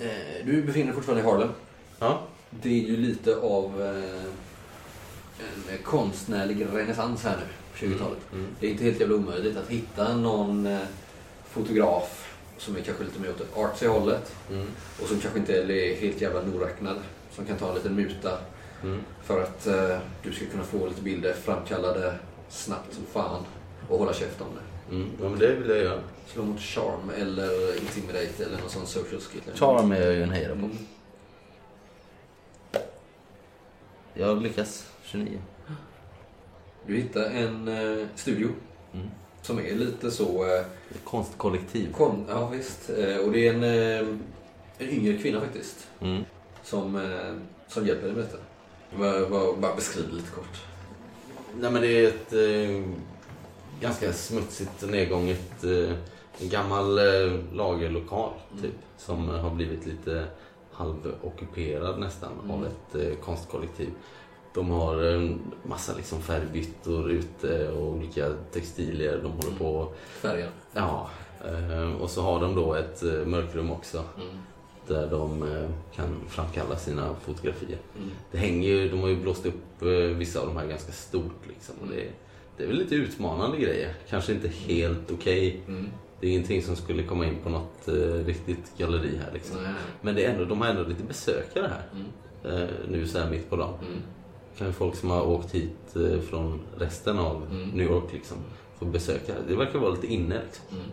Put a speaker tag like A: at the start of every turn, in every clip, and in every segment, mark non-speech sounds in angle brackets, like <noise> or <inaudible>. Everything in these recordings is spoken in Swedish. A: eh, befinner dig fortfarande i Harlem.
B: Ja.
A: Det är ju lite av eh, en konstnärlig renässans här nu på 20-talet.
B: Mm.
A: Det är inte helt jävla omöjligt att hitta någon eh, fotograf som är kanske lite mer åt det artsy hållet
B: Mm.
A: och som kanske inte är helt jävla noräknad. Som kan ta en liten muta
B: Mm.
A: för att eh, du ska kunna få lite bilder framkallade snabbt som fan och hålla käft om det.
B: Mm. Ja, men det vill jag göra.
A: Slå mot charm eller intimidate eller någon sån social skill.
C: Charm är jag ju en hejare på.
A: Mm.
C: Jag lyckas. 29.
A: Du hittar en eh, studio
C: Mm.
A: som är lite så... Eh,
C: Konstkollektiv.
A: kon- ja, visst. Eh, och det är en, eh, en yngre kvinna faktiskt
C: Mm.
A: som, eh, som hjälper dig med detta. Bara, bara, bara beskriv lite kort.
B: Nej, men det är ett eh, ganska smutsigt och nedgånget eh, en gammal eh, lagerlokal
A: Mm.
B: typ. Som eh, har blivit lite halvockuperad nästan
A: Mm.
B: av ett eh, konstkollektiv. De har en massa liksom, färgbyttor ute och olika textilier de
C: Mm.
B: håller på och
A: Färgen.
B: Ja, eh, och så har de då ett eh, mörkrum också
A: Mm.
B: där de eh, kan framkalla sina fotografier.
A: Mm.
B: Det hänger ju, de har ju blåst upp eh, vissa av de här ganska stort liksom. Och det, det är väl lite utmanande grejer. Kanske inte helt okej.
A: Mm.
B: Det är ingenting som skulle komma in på något eh, riktigt galleri här liksom.
A: Nej.
B: Men det är ändå, de har ändå lite besökare här.
A: Mm.
B: Eh, nu så här mitt på dagen.
A: Mm.
B: Kan ju folk som har åkt hit eh, från resten av
A: Mm.
B: New York liksom få besöka. Det verkar vara lite inne liksom.
A: Mm.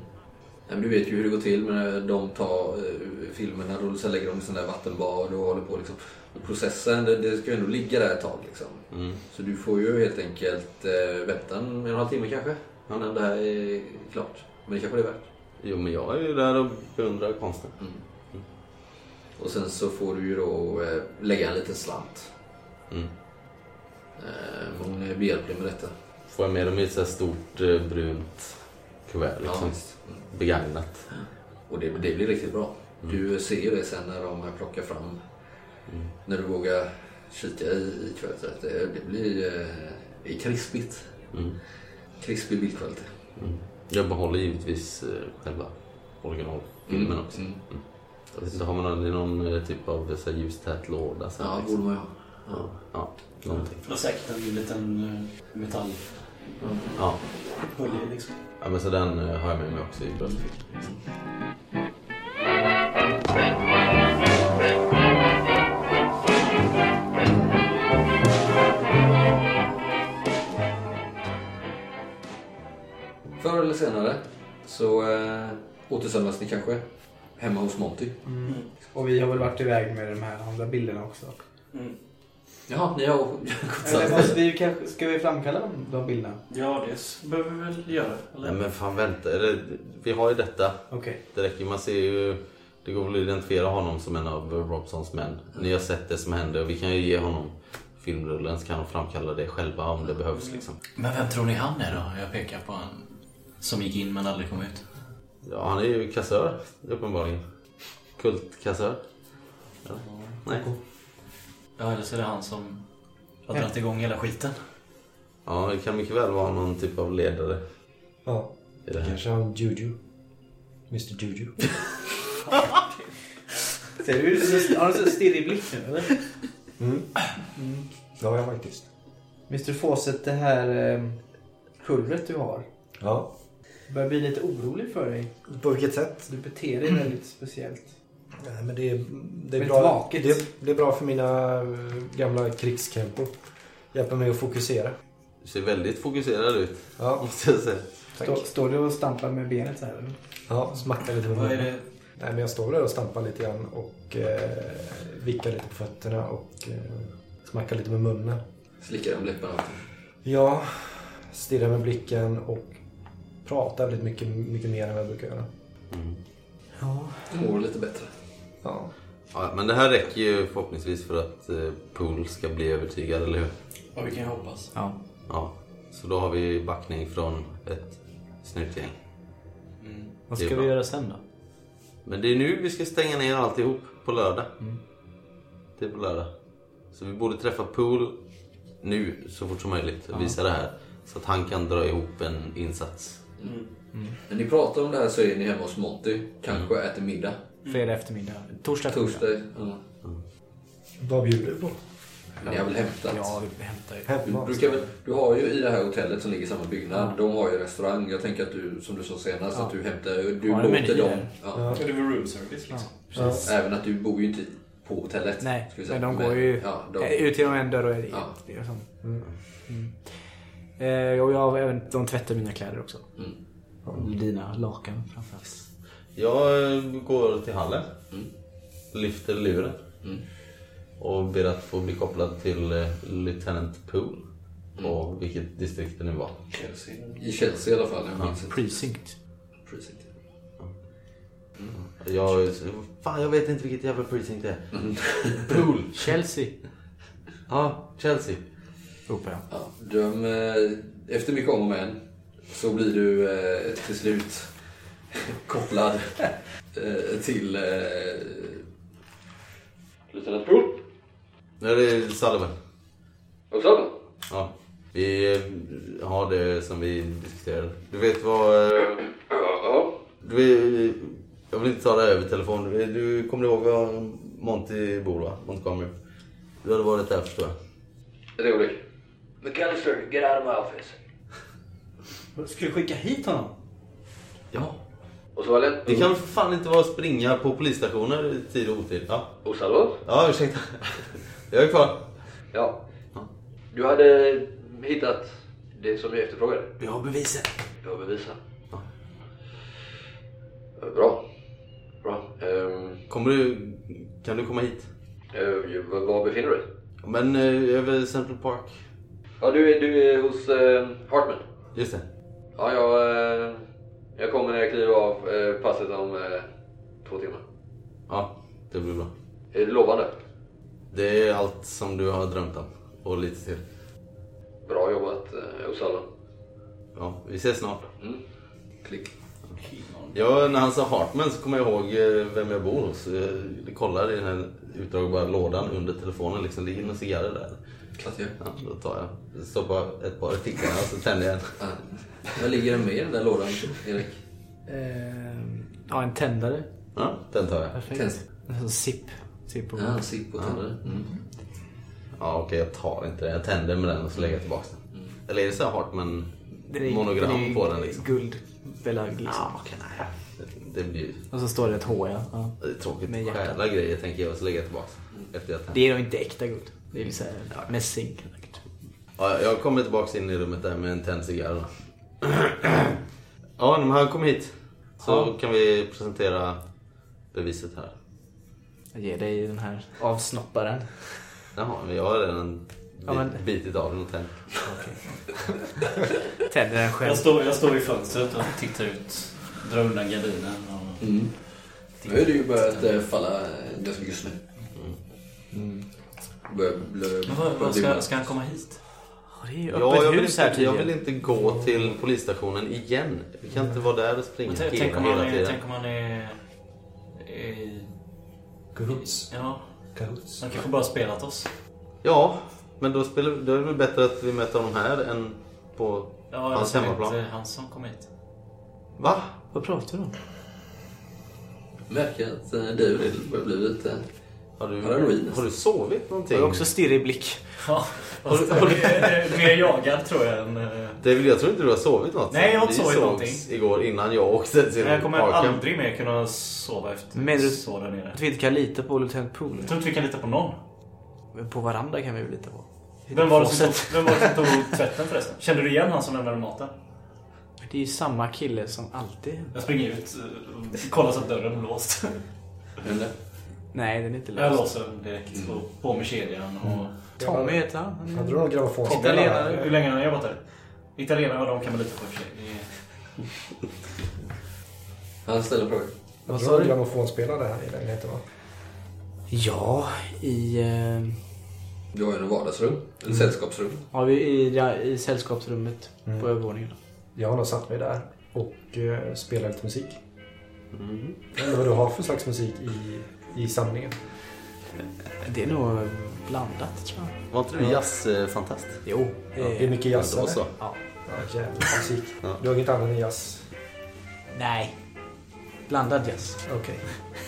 A: Ja, men du vet ju hur det går till med de tar eh, filmerna och sen lägger de i sån där vattenbad och håller på liksom. Och processen, det, det ska ju ändå ligga där ett tag liksom.
B: Mm.
A: Så du får ju helt enkelt eh, vänta en, en och en halv timme kanske innan det här är klart. Men det kanske det är värt.
B: Jo, men jag är ju där och beundrar konsten.
A: Mm. Och sen så får du ju då eh, lägga en liten slant.
B: Mm.
A: Eh, hon är behjälplig med detta.
B: Får jag med dem i ett så här stort eh, brunt kuvert
A: Ja,
B: liksom.
A: visst. Mm.
B: Begagnat.
A: Och det, det blir riktigt bra. Du ser ju det sen när de plockar fram. När du vågar kika i, i kvällen. så att Det, det blir eh, det är krispigt.
B: Mm.
A: Krispig bildkvalitet.
B: Mm. Jag behåller givetvis eh, själva originalfilmen också.
A: Mm.
B: Jag vet inte, har man någon, det är någon eh, typ av så här, ljustät låda? Så här,
A: Ja,
B: liksom.
A: borde man ju ha.
B: ja, ja, någonting.
D: Det var säkert en liten eh,
B: Ja.
D: metallpulje liksom.
B: ja, men så den eh, har jag med mig också i bröstfickan.
A: Förr eller senare så eh, återsamlas ni kanske hemma hos Monty.
E: Mm. Och vi har väl varit iväg med de här andra bilderna också.
D: Mm.
A: Jaha, ni har <laughs> gått
E: Eller
A: samman.
E: måste vi kanske, ska vi framkalla de, de bilderna?
D: Ja, det s- behöver vi väl göra.
B: Nej
D: Eller?
B: men fan vänta, eller, vi har ju detta.
E: Okej.
B: Det räcker, man ser ju... Det går väl att identifiera honom som en av Robsons män. Ni har sett det som händer och vi kan ju ge honom filmrullen så kan de framkalla det själva om det behövs liksom.
F: Men vem tror ni han är då? Jag pekar på han som gick in men aldrig kom ut.
B: Ja, han är ju kassör uppenbarligen. Kultkassör. Eller? Nej.
F: Ja, eller så är det han som har dragit igång hela skiten.
B: Ja, det kan mycket väl vara någon typ av ledare
G: Ja,
B: i det
F: Eh.
B: här.
G: kanske han Juju. Mr Juju.
E: Ser du så- Har du så stirrig blick nu eller?
G: Ja, jag faktiskt.
E: Mr Fawcett, det här eh, pulvret du har.
G: Ja.
E: Jag börjar bli lite orolig för dig.
G: På vilket sätt?
E: Du beter dig väldigt speciellt.
G: Nej, men det är, det är
E: Väldigt
G: bra.
E: vaket.
G: Det, det är bra för mina eh, gamla krigskrämpor. Hjälper mig att fokusera.
B: Du ser väldigt fokuserad ut, <laughs>
G: Ja,
B: måste jag säga.
G: tack.
E: Stå, står du och stampar med benet så här? eller?
G: Ja, smackar lite på
F: Vad är
G: munnen.
F: det?
G: Nej, men jag står där och stampar lite grann och eh, vickar lite på fötterna och eh, smackar lite med munnen.
A: Slickar om läpparna.
G: Ja, stirrar med blicken och pratar väldigt mycket, mycket mer än vad jag brukar göra. Ja.
A: Mår lite bättre.
G: ja.
B: Ja, men det här räcker ju förhoppningsvis för att eh, Pool ska bli övertygad, eller hur?
D: Ja, vi kan ju hoppas.
C: Ja.
B: Ja, så då har vi backning från ett snutgäng.
D: Mm.
C: Vad
B: Det är
C: ska
B: bra.
C: vi göra sen då?
B: Men det är nu vi ska stänga ner alltihop, på lördag.
C: Mm.
B: Det är på lördag. Så vi borde träffa Pool nu, så fort som möjligt, och visa det här. Så att han kan dra ihop en insats.
D: Mm.
A: När ni pratar om det här så är ni hemma hos Monty. Kanske äter middag.
H: Fredag eftermiddag. Torsdag,
A: Torsdag. Ja.
G: Vad bjuder du på?
A: Ni har väl hämtat?
H: Ja, vi hämtar ju.
A: Du,
G: Hämtmat.
A: brukar väl, du har ju i det här hotellet som ligger i samma byggnad, de har ju restaurang. Jag tänker att du, som du sa senast, att du hämtar, du
H: Ja, men det
A: låter
H: är
A: dem.
H: det.
A: Ja.
G: Ja.
D: Ja, det var room service liksom.
G: Ja.
A: Även att du bor ju inte på hotellet.
H: Nej,
A: ska vi säga.
H: men de går ju
A: ja, de,
H: eh, ut genom en dörr och i-
A: Ja.
H: det är sånt. Mm. Eh, och jag har även, de tvättar mina kläder också.
A: Mm.
H: Och Dina lakan framförallt.
B: Jag eh, går till hallen.
A: Mm.
B: Lyfter luren.
A: Mm.
B: Och ber att få bli kopplad till eh, Lieutenant Pool.
C: Mm.
B: Och vilket distrikt det nu var.
A: Chelsea. I Chelsea i alla fall. Jag minns inte.
H: Precinct.
A: Precinct.
B: Jag, fan, jag vet inte vilket jävla precinct det är.
C: Mm.
B: <laughs> Pool.
H: Chelsea.
B: Ja, Chelsea.
H: Ropar jag.
A: Ja, de, eh, efter mycket om och men så blir du eh, till slut <laughs> kopplad eh, till... Eh, Lieutenant Pool?
B: Nej, det är Sullivan.
A: Och så.
B: Ja. Vi eh, har det som vi diskuterade. Du vet vad... eh,
A: Ja.
B: Du, vet- jag vill inte ta det här över telefon. Du, vet- du kommer ihåg var Monty bor va? Montgomery. Du hade varit där förstår jag.
A: Ett ögonblick.
I: McAllister, get out of my office.
D: Ska vi skicka hit honom?
B: Ja.
A: Och så var det...
B: Det kan fan inte vara att springa på polisstationer i tid och otid. Ja,
A: Och Salvador?
B: ja ursäkta. <laughs> Jag är kvar.
A: Ja. Du hade hittat det som vi efterfrågade.
B: Vi har bevisen.
A: Jag har bevisen.
B: Ja.
A: Bra. Bra. Ehm,
B: Kommer du... Kan du komma hit?
A: eh, var- var befinner du dig?
B: Men eh, över Central Park.
A: Ja, du är, du är hos eh, Hartman.
B: Just det.
A: Ja, jag, eh, jag kommer när jag kliver av eh, passet om eh, två timmar.
B: Ja, det blir bra.
A: Är det lovande?
B: Det är allt som du har drömt om. Och lite till.
A: Bra jobbat, eh, Uppsala.
B: Ja, vi ses snart.
A: Mm. Klick.
B: Ja, när han sa Hartman så kommer jag ihåg eh, vem jag bor hos. Jag kollar i den här utdragbara lådan under telefonen. Liksom, ligger några cigarrer där?
A: Klart jag.
B: Ja, då tar jag. Stoppar ett par i fickorna och så tänder jag en.
A: Vad ligger det med i den där lådan, Erik?
H: Ehm, ja, en tändare.
B: Ja, den tar jag.
H: Perfekt. En sån sipp. Sipp typ på
A: Ja, sipp och tändare. Mm.
B: Ja, okej, jag tar inte den. Jag tänder med den och så lägger jag tillbaka den. Eller är det så här
H: Den Mm. är-
B: Hartman-monogram
H: är
B: på den liksom?
H: Guldbelagd liksom.
B: Ja, okej, nej. Det blir
H: Och så står det ett H ja. ja.
B: det är tråkigt.
H: Med hjärtat. Mm.
B: Stjäla grejer tänker jag och så lägger jag tillbaka den efter jag tänt.
H: Det är nog inte äkta guld. Det är ju såhär mässing. säkert.
B: Ja, jag kommer tillbaka in i rummet där med en tänd cigarr. då. <clears throat> ja, men han kom hit. Så kan vi presentera beviset här.
H: Jag ger dig den här avsnopparen.
B: Jaha, men jag har redan
H: Ja, men-
B: bitit av den och tänt.
H: Tänder den själv.
F: Jag står, jag står i fönstret och tittar ut. Drar undan gardinen och...
A: Mm. Nu är det ju börjat eh, falla eh, ganska mycket snö. Mm. Börjar blö...
F: Men vad, vad ska, ska han komma hit?
H: Ja, Det är ju öppet
B: Ja, jag, vill
H: hus här
B: inte, jag
H: tydligen.
B: vill inte gå till polisstationen igen. Vi kan inte vara där och springa
F: Men tänk, tänk,
B: hela,
F: om han
B: hela
F: är,
B: tiden.
F: tänk om han är... är
G: Kahoots.
F: ja,
G: Kahoots.
F: han kanske bara spelat oss.
B: Ja, men då, spelar, då är det väl bättre att vi möter honom här än på
F: Ja,
B: hans
F: alltså, det är
B: hemmaplan.
F: inte han som kom
B: <laughs>
F: hit.
B: Va?
H: Vad pratar du om?
A: Märker att eh, David börjar bli lite...
B: Har du,
A: Halloween.
B: har du sovit någonting?
H: Jag har också stirrig blick.
F: Ja, fast jag är mer jagad tror jag än... eh,
B: David, jag tror inte du har sovit något.
F: Nej, jag har inte
B: Vi
F: sovit
B: sågs
F: någonting.
B: igår innan jag åkte till
F: Jag kommer
B: parken.
F: aldrig mer kunna sova efter
H: Men du-
F: så där nere.
H: Att vi inte kan lita på Lieutenant Pool.
F: Jag tror inte vi kan lita på någon.
H: Men på varandra kan vi väl lita på.
F: Vem var, det som
H: Fawcett.
F: tog, vem var det som tog tvätten förresten? Kände du igen han som lämnade maten?
H: Det är ju samma kille som alltid.
F: Jag springer ut eh, och kollar så att dörren är <laughs> låst.
A: Eller?
H: Nej, den är inte
F: Jag
H: löst.
F: låser den direkt och på med kedjan. Och...
H: Tommy heter han. Han
G: Hade
H: är
G: du någon gramofon?
H: Italienare.
F: Hur länge har han jobbat där? Italienare, ja, de kan man lita på i och för sig. Det är-
A: Han ställer frågan.
G: Hade
H: Vad
G: du
H: sa
G: någon
H: du?
G: grammofonspelare här i lägenheten? va?
H: Ja, i... eh,
A: Du har ju en vardagsrum. Eller sällskapsrum.
H: Har vi i, ja, i sällskapsrummet på övervåningen.
G: Jag har nog satt mig där och eh, spelar lite musik.
B: Mm.
G: Jag undrar vad du har för slags musik i, i samlingen.
H: Det är nog blandat tror jag.
B: Var inte du jazzfantast?
H: Jo. det är-
G: Det är mycket jazz
B: Då
G: eller?
B: så.
H: Ja.
G: Ja, jävla musik. Du har inget annat än jazz?
H: Nej. Blandad jazz.
G: Okej.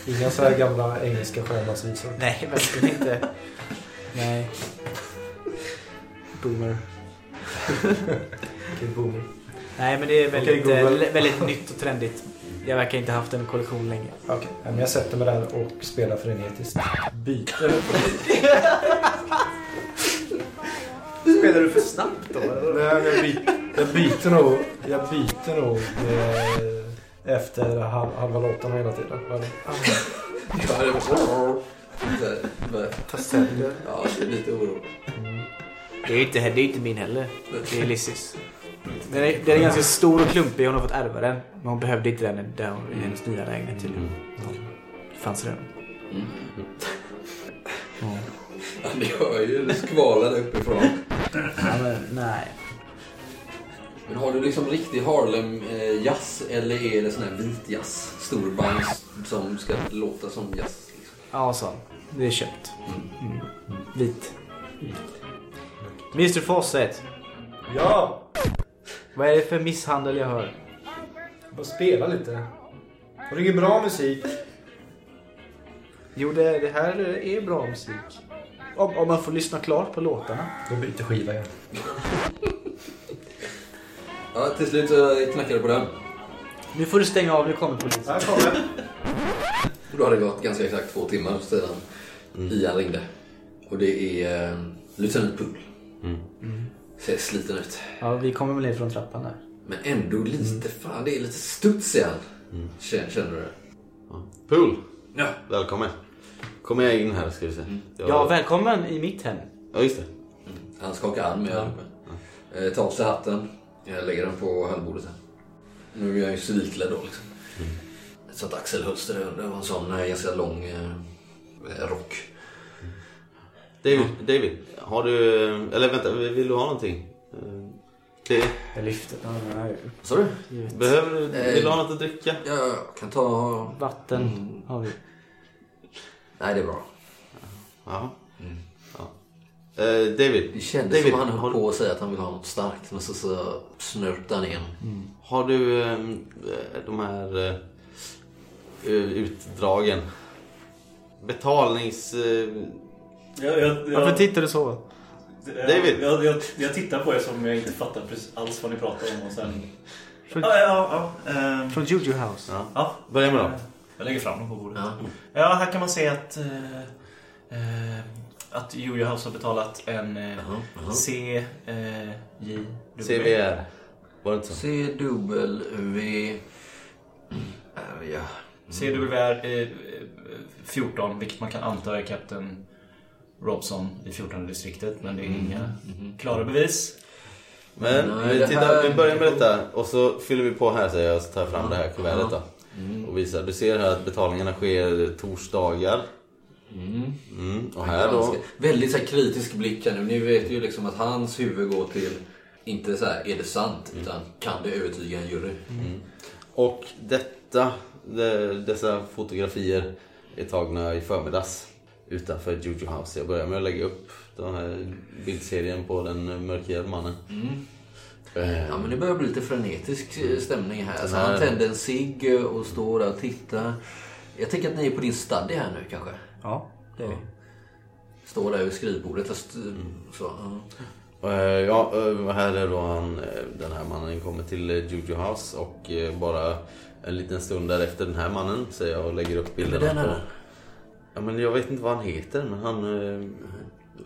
B: <laughs>
G: Inga så här gamla engelska sjömansvisor.
H: Nej, verkligen inte. <laughs> Nej. Boomer.
G: Okej, boomer.
H: Nej, men det är väldigt,
G: Okej, Google.
H: eh, väldigt nytt och trendigt. Jag verkar inte ha haft en kollektion länge.
G: Okej, ja, men jag sätter mig där och spelar frenetiskt. Byter.
H: Spelar du för snabbt då?
G: Nej, jag, byter, jag byter nog, jag byter nog eh, efter halv, halva låtarna hela tiden. Men,
A: Ja, det var så. Det- det-
H: Ta ställning.
A: Ja, det är lite oro.
H: Det är ju inte, det är inte min heller. Det är Lissis. Den är, den är ganska stor och klumpig. Hon har fått ärva den. Men hon behövde inte den där hon, i hennes nya lägenhet tydligen.
B: Mm.
H: Det Fanns redan.
A: Ja, Ni hör ju det skvalar uppifrån.
H: Ja, men, nej.
A: Men har du liksom riktig Harlem-jazz eller är det sån här vit jazz? Stor band som ska låta som jazz? Liksom?
H: Ja, så. Det är köpt. Mm. Vit. Mr Fawcett.
G: ja!
H: Vad är det för misshandel jag hör?
G: Bara spela lite. Och det är bra musik.
H: Jo, det, det här är bra musik. Om, om man får lyssna klart på låtarna.
G: Då byter skiva igen.
A: Ja, till slut så knackade det på den.
H: Nu får du stänga av, nu kommer polisen.
G: Här kommer den.
A: Och Då har det gått ganska exakt två timmar sedan Ian ringde. Och det är eh, Lieutenant Pool. Ser sliten ut.
H: Ja, vi kommer väl ner från trappan där.
A: Men ändå lite, fan det är lite studs i han. Känner, känner du det?
B: Pool!
A: Ja.
B: Välkommen. Kom med in här ska vi se.
F: Mm.
B: Jag-
H: Ja, välkommen i mitt hem.
B: ja, just det.
A: Han skakar arm med ja. eh, Tar av sig hatten. Jag lägger den på handbordet här. Nu är jag ju civilklädd då liksom. Så att axelhölster det var en sån eh, ganska lång eh, rock.
B: David, David, har du... Eller vänta, vill du ha någonting? Eh, Det,
H: Jag lyfter den här.
A: Vad sa du?
B: behöver du... Vill du ha något att dricka?
A: Jag kan ta...
H: Vatten har vi.
A: Nej det är bra.
B: Jaha.
F: Mm.
B: Ja. Eh, David,
A: Det kändes
B: David
A: som han höll
B: har,
A: på att säga att han ville ha något starkt men så, så snörpte han igen.
B: har du eh, de här eh, utdragen? Betalnings... eh,
D: Jag, jag, jag,
H: Varför tittar du så?
D: jag,
B: David?
D: Jag, jag, jag tittar på er som jag inte fattar precis alls vad ni pratar om och sen... Ja, ja, ja. ehm,
H: Från Juju House?
D: ja.
B: Börja med dem.
D: Jag lägger fram dem på bordet.
A: Ja.
D: Ja, här kan man se att... eh, eh, att Julia House har betalat en eh,
A: Jaha, jaha.
D: C... Eh, J... W.
B: CVR. Var det inte så?
A: CW... Äh, Ja.
D: CWR eh, eh, 14, vilket man kan anta är kapten Robson i 14 distriktet. Men det är inga klara bevis.
B: Men
A: Nej, det
B: vi, tittar,
A: här-
B: vi börjar med detta och så fyller vi på här säger jag så tar jag fram det här kuvertet då.
A: Mm.
B: Och visar. Du ser här att betalningarna sker torsdagar. Mm, och här
A: Alltså,
B: då.
A: Väldigt så här, kritisk blick här nu. Ni vet ju liksom att hans huvud går till, inte så här, är det sant?
B: Mm.
A: Utan kan det övertyga en jury?
B: Och detta, de, dessa fotografier är tagna i förmiddags utanför Juju House. Jag börjar med att lägga upp den här bildserien på den mörkhyade mannen. Eh,
A: Mm. Ja men det börjar bli lite frenetisk eh, stämning här. Alltså,
B: här-
A: han tänder en cigg eh, och står där och tittar. Jag tänker att ni är på din study här nu kanske?
H: Ja.
A: Det är vi. Står där vid skrivbordet och st-
B: Mm.
A: så. ja.
B: Eh, Ja, eh, här är då han, eh, den här mannen kommer till eh, Juju House och eh, bara en liten stund därefter den här mannen säger jag och lägger upp bilderna.
A: den här
B: på-
A: då?
B: Ja men jag vet inte vad han heter men han... eh,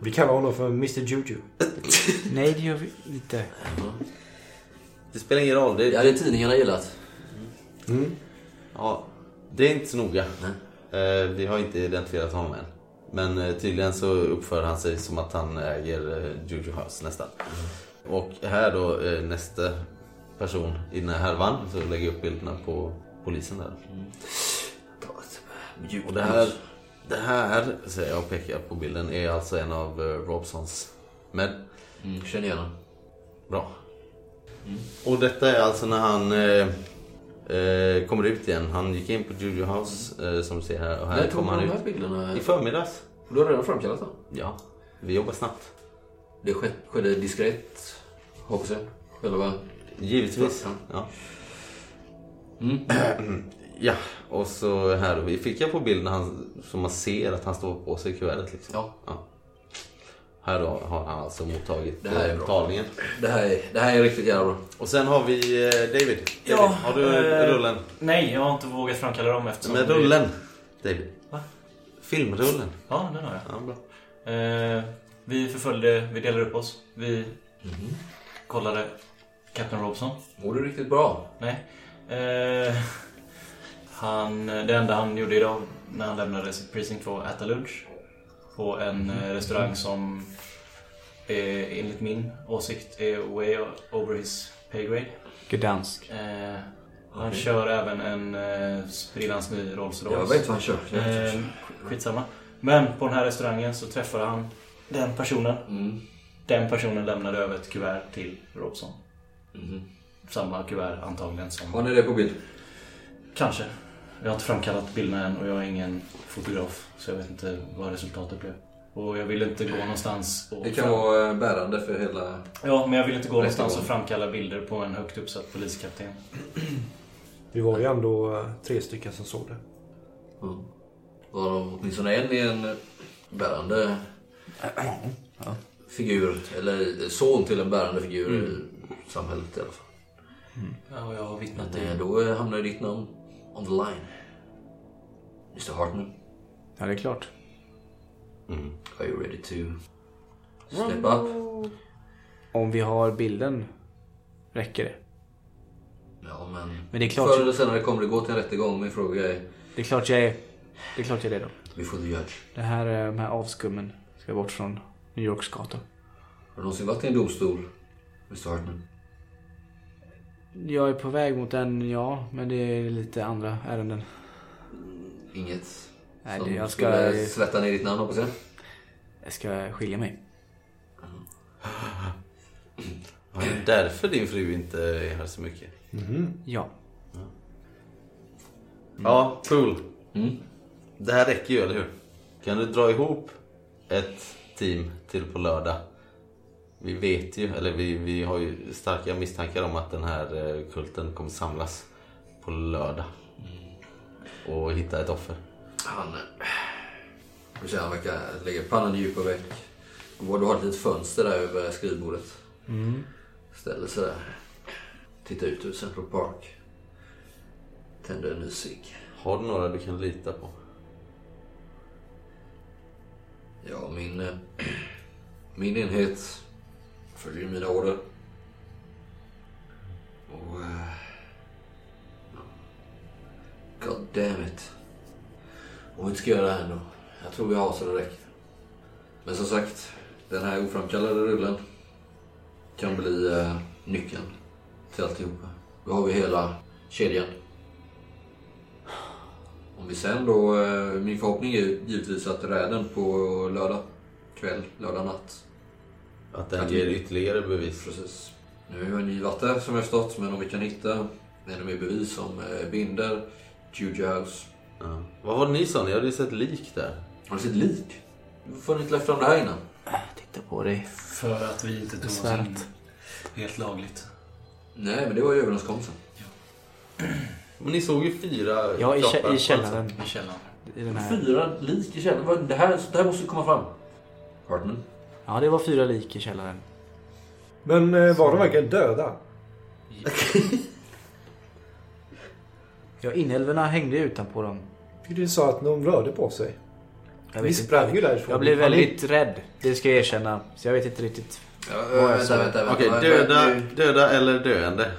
G: Vi kallar honom för Mr Juju.
H: <laughs> Nej, det gör vi inte.
B: Det spelar ingen roll. Det,
A: Det hade tidningarna gillat.
G: Mm.
B: ja, det är inte så noga. Eh, Vi har inte identifierat honom än. Men eh, tydligen så uppför han sig som att han äger eh, Juju House nästan.
A: Mm.
B: Och här då eh, nästa person i den här härvan så lägger jag upp bilderna på polisen där.
A: Ta ett djupt
B: Och det här, det här säger jag och pekar på bilden, är alltså en av eh, Robsons med.
A: Mm, känner igen honom.
B: Bra. Och detta är alltså när han eh, eh, kommer ut igen. Han gick in på Juju House eh, som du ser här och här
A: När tog
B: kommer
A: man
B: han
A: de
B: ut.
A: här bilderna?
B: I förmiddags.
A: Du har redan framkallat dem?
B: Ja, vi jobbar snabbt.
A: Det ske- skedde diskret, hoppas jag. Eller vad?
B: Givetvis.
A: Ja.
B: Ja. <clears throat> Ja, och så här och vi fick jag på bild när han, som man ser att han står på sig kuvertet. Liksom.
F: Ja.
B: Här då har han alltså mottagit
A: Det här är
B: eh,
A: bra.
B: betalningen.
A: Det här är, det här är riktigt jävla bra.
B: Och sen har vi eh, David. David.
D: Ja,
B: har du
D: eh,
B: rullen?
D: Nej, jag har inte vågat framkalla dem eftersom...
B: Med rullen, David.
D: Va?
B: Filmrullen.
D: Ja, den har jag.
B: Ja, bra.
D: Eh, vi förföljde, vi delade upp oss. Vi
A: Mhm.
D: kollade Captain Robson.
A: Mår du riktigt bra?
D: Nej. Eh, han, det enda han gjorde idag när han lämnade sitt precinct var att äta lunch på en
A: Mhm.
D: eh, restaurang som eh, enligt min åsikt är way over his pay grade.
H: Gdansk.
D: Eh, han kör även en eh, sprillans ny Rolls Royce.
A: Jag vet vad han kör. Jag vet vad han
D: Eh,
A: kör.
D: skitsamma. Men på den här restaurangen så träffade han den personen.
A: Mm.
D: Den personen lämnade över ett kuvert till Robson.
A: Mhm.
D: Samma kuvert antagligen som...
A: Har ni det på bild?
D: Kanske. Jag har inte framkallat bilderna än och jag är ingen fotograf. Så jag vet inte vad resultatet blev. Och jag vill inte gå någonstans och...
A: Det kan
D: fram-
A: vara eh, bärande för hela...
D: Ja, men jag vill inte gå någonstans
A: Rättegång.
D: och framkalla bilder på en högt uppsatt poliskapten.
G: Vi var ju ändå eh, tre stycken som såg det.
A: Varav åtminstone en är en bärande figur. Eller son till en bärande figur i samhället i alla fall.
F: Ja, och jag har vittnat
A: Det,
F: det.
A: då eh, hamnar ju ditt namn on the line. Mr Hartman,
H: Ja, det är klart.
A: are you ready to step up?
H: Om vi har bilden räcker det.
A: Ja, men,
H: Men det är klart-
A: Förr eller senare kommer det gå till en rättegång. Min fråga är,
H: Det är klart jag är det, är klart jag är det då.
A: before the judge.
H: Det här, eh, de här avskummen ska bort från New Yorks gator.
A: Har du någonsin varit i en domstol, Mr Hartman?
H: Jag är på väg mot en, ja, men det är lite andra ärenden.
A: Inget
H: Nej,
A: som
H: det, jag, ska,
A: skulle svetta ner ditt namn hoppas jag.
H: jag ska skilja mig.
B: Ja, det är därför din fru inte är här så mycket.
H: Ja.
B: Ja, cool.
A: Mm.
B: Det här räcker ju, eller hur? Kan du dra ihop ett team till på lördag? Vi vet ju, eller vi, vi har ju starka misstankar om att den här eh, kulten kommer samlas på lördag. Och hitta ett offer.
A: Han... eh, Du ser han verkar lägga pannan i djupa veck. Och Du har ett litet fönster där över skrivbordet.
G: Mm.
A: Ställer sig där. Tittar ut över Central Park. Tänder en ny cigg.
B: Har du några du kan lita på?
A: Ja, min... eh, Min enhet följer mina order. Och... eh, God damn it. Om vi inte ska göra det här nu. Jag tror vi har så det räcker. Men som sagt, den här oframkallade rullen kan bli eh, nyckeln till alltihopa. Då har vi hela kedjan. Om vi sen då, eh, min förhoppning är ju givetvis att räden på lördag kväll, lördag natt.
B: Att den ger ytterligare bevis.
A: Precis. Nu är jag ny vatte som jag förstått, men om vi kan hitta ännu mer bevis som eh, binder Juju House.
B: Ja. Vad var det ni sa? Ni hade ju sett lik där.
A: Har du sett lik? Varför har ni inte lagt fram det här innan?
H: Titta på dig.
F: För att vi inte tog oss in.
H: Besvärat.
F: Helt lagligt.
A: Nej, men det var ju överenskommelsen.
B: Men ni såg ju fyra
H: Ja, i, kä-
B: kroppar.
H: i källaren.
F: I källaren.
H: I den här.
A: Fyra lik i källaren. Vad- Det här, det här måste komma fram. Hartman?
H: Ja, det var fyra lik i källaren.
G: Men eh, var de verkligen döda?
H: Ja, inälvorna hängde ju utanpå dem.
G: För Du sa att de rörde på sig.
H: Jag
G: Vi
H: vet inte.
G: sprang ju därifrån.
H: Jag blev
G: Fan, ni-
H: väldigt rädd. Det ska jag erkänna. Så jag vet inte riktigt.
A: Ja, äh,
H: jag
A: vänta,
H: sa-
A: vänta, vänta.
B: Okej,
A: Vad-
B: döda,
A: vad-
B: döda eller döende?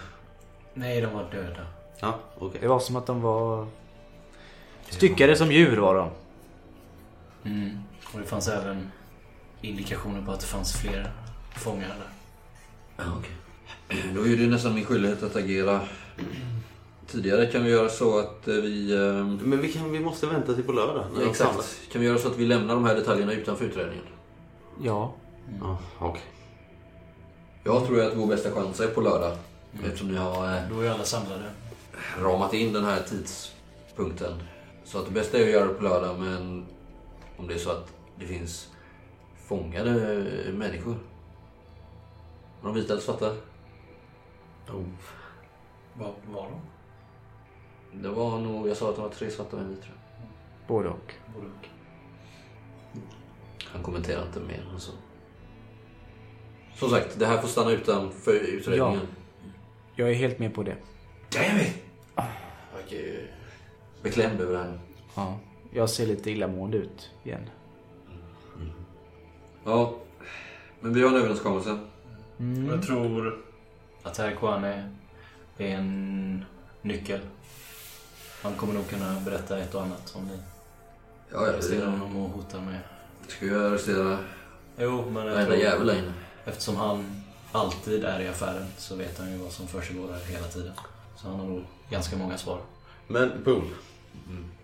D: Nej, de var döda.
B: Ja, okej.
H: Det var som att de var... Styckade som djur var de.
D: Mm. Och det fanns även indikationer på att det fanns fler fångar där.
A: Ja, okej. <clears throat> Då är det nästan min skyldighet att agera. Tidigare kan vi göra så att eh, vi... ehm,
B: Men vi, kan, vi måste vänta till på lördag. när de samlas.
A: Exakt. Kan vi göra så att vi lämnar de här detaljerna utanför utredningen?
H: Ja.
B: Ja, okej.
A: Jag tror att vår bästa chans är på lördag. Eftersom ni har eh,
D: Mm. Då är ju alla samlade.
A: ramat in den här tidspunkten. Så att det bästa är att göra det på lördag, men om det är så att det finns fångade eh, människor. Var de vita eller svarta?
D: Vad var de?
B: Det var nog, jag sa att det var tre svarta och en vit tror jag.
H: Både och.
B: Han kommenterar inte mer än så. Som sagt, det här får stanna utanför utredningen.
H: Jag är helt med på det.
B: Damn it! Jag är beklämd över det här.
H: Ja. Jag ser lite illamående ut igen.
A: Ja, men vi har en överenskommelse.
D: Och Jag tror att herr Kwane är en nyckel. Han kommer nog kunna berätta ett och annat om ni
A: Ja, jag
D: arresterar
A: arresterar
D: honom och hotar med.
A: Ska jag arrestera
D: Jo, men jag
A: varenda
D: tror,
A: jävel där inne?
D: eftersom han alltid är i affären så vet han ju vad som försiggår här hela tiden. Så han har nog ganska många svar.
B: Men Pool,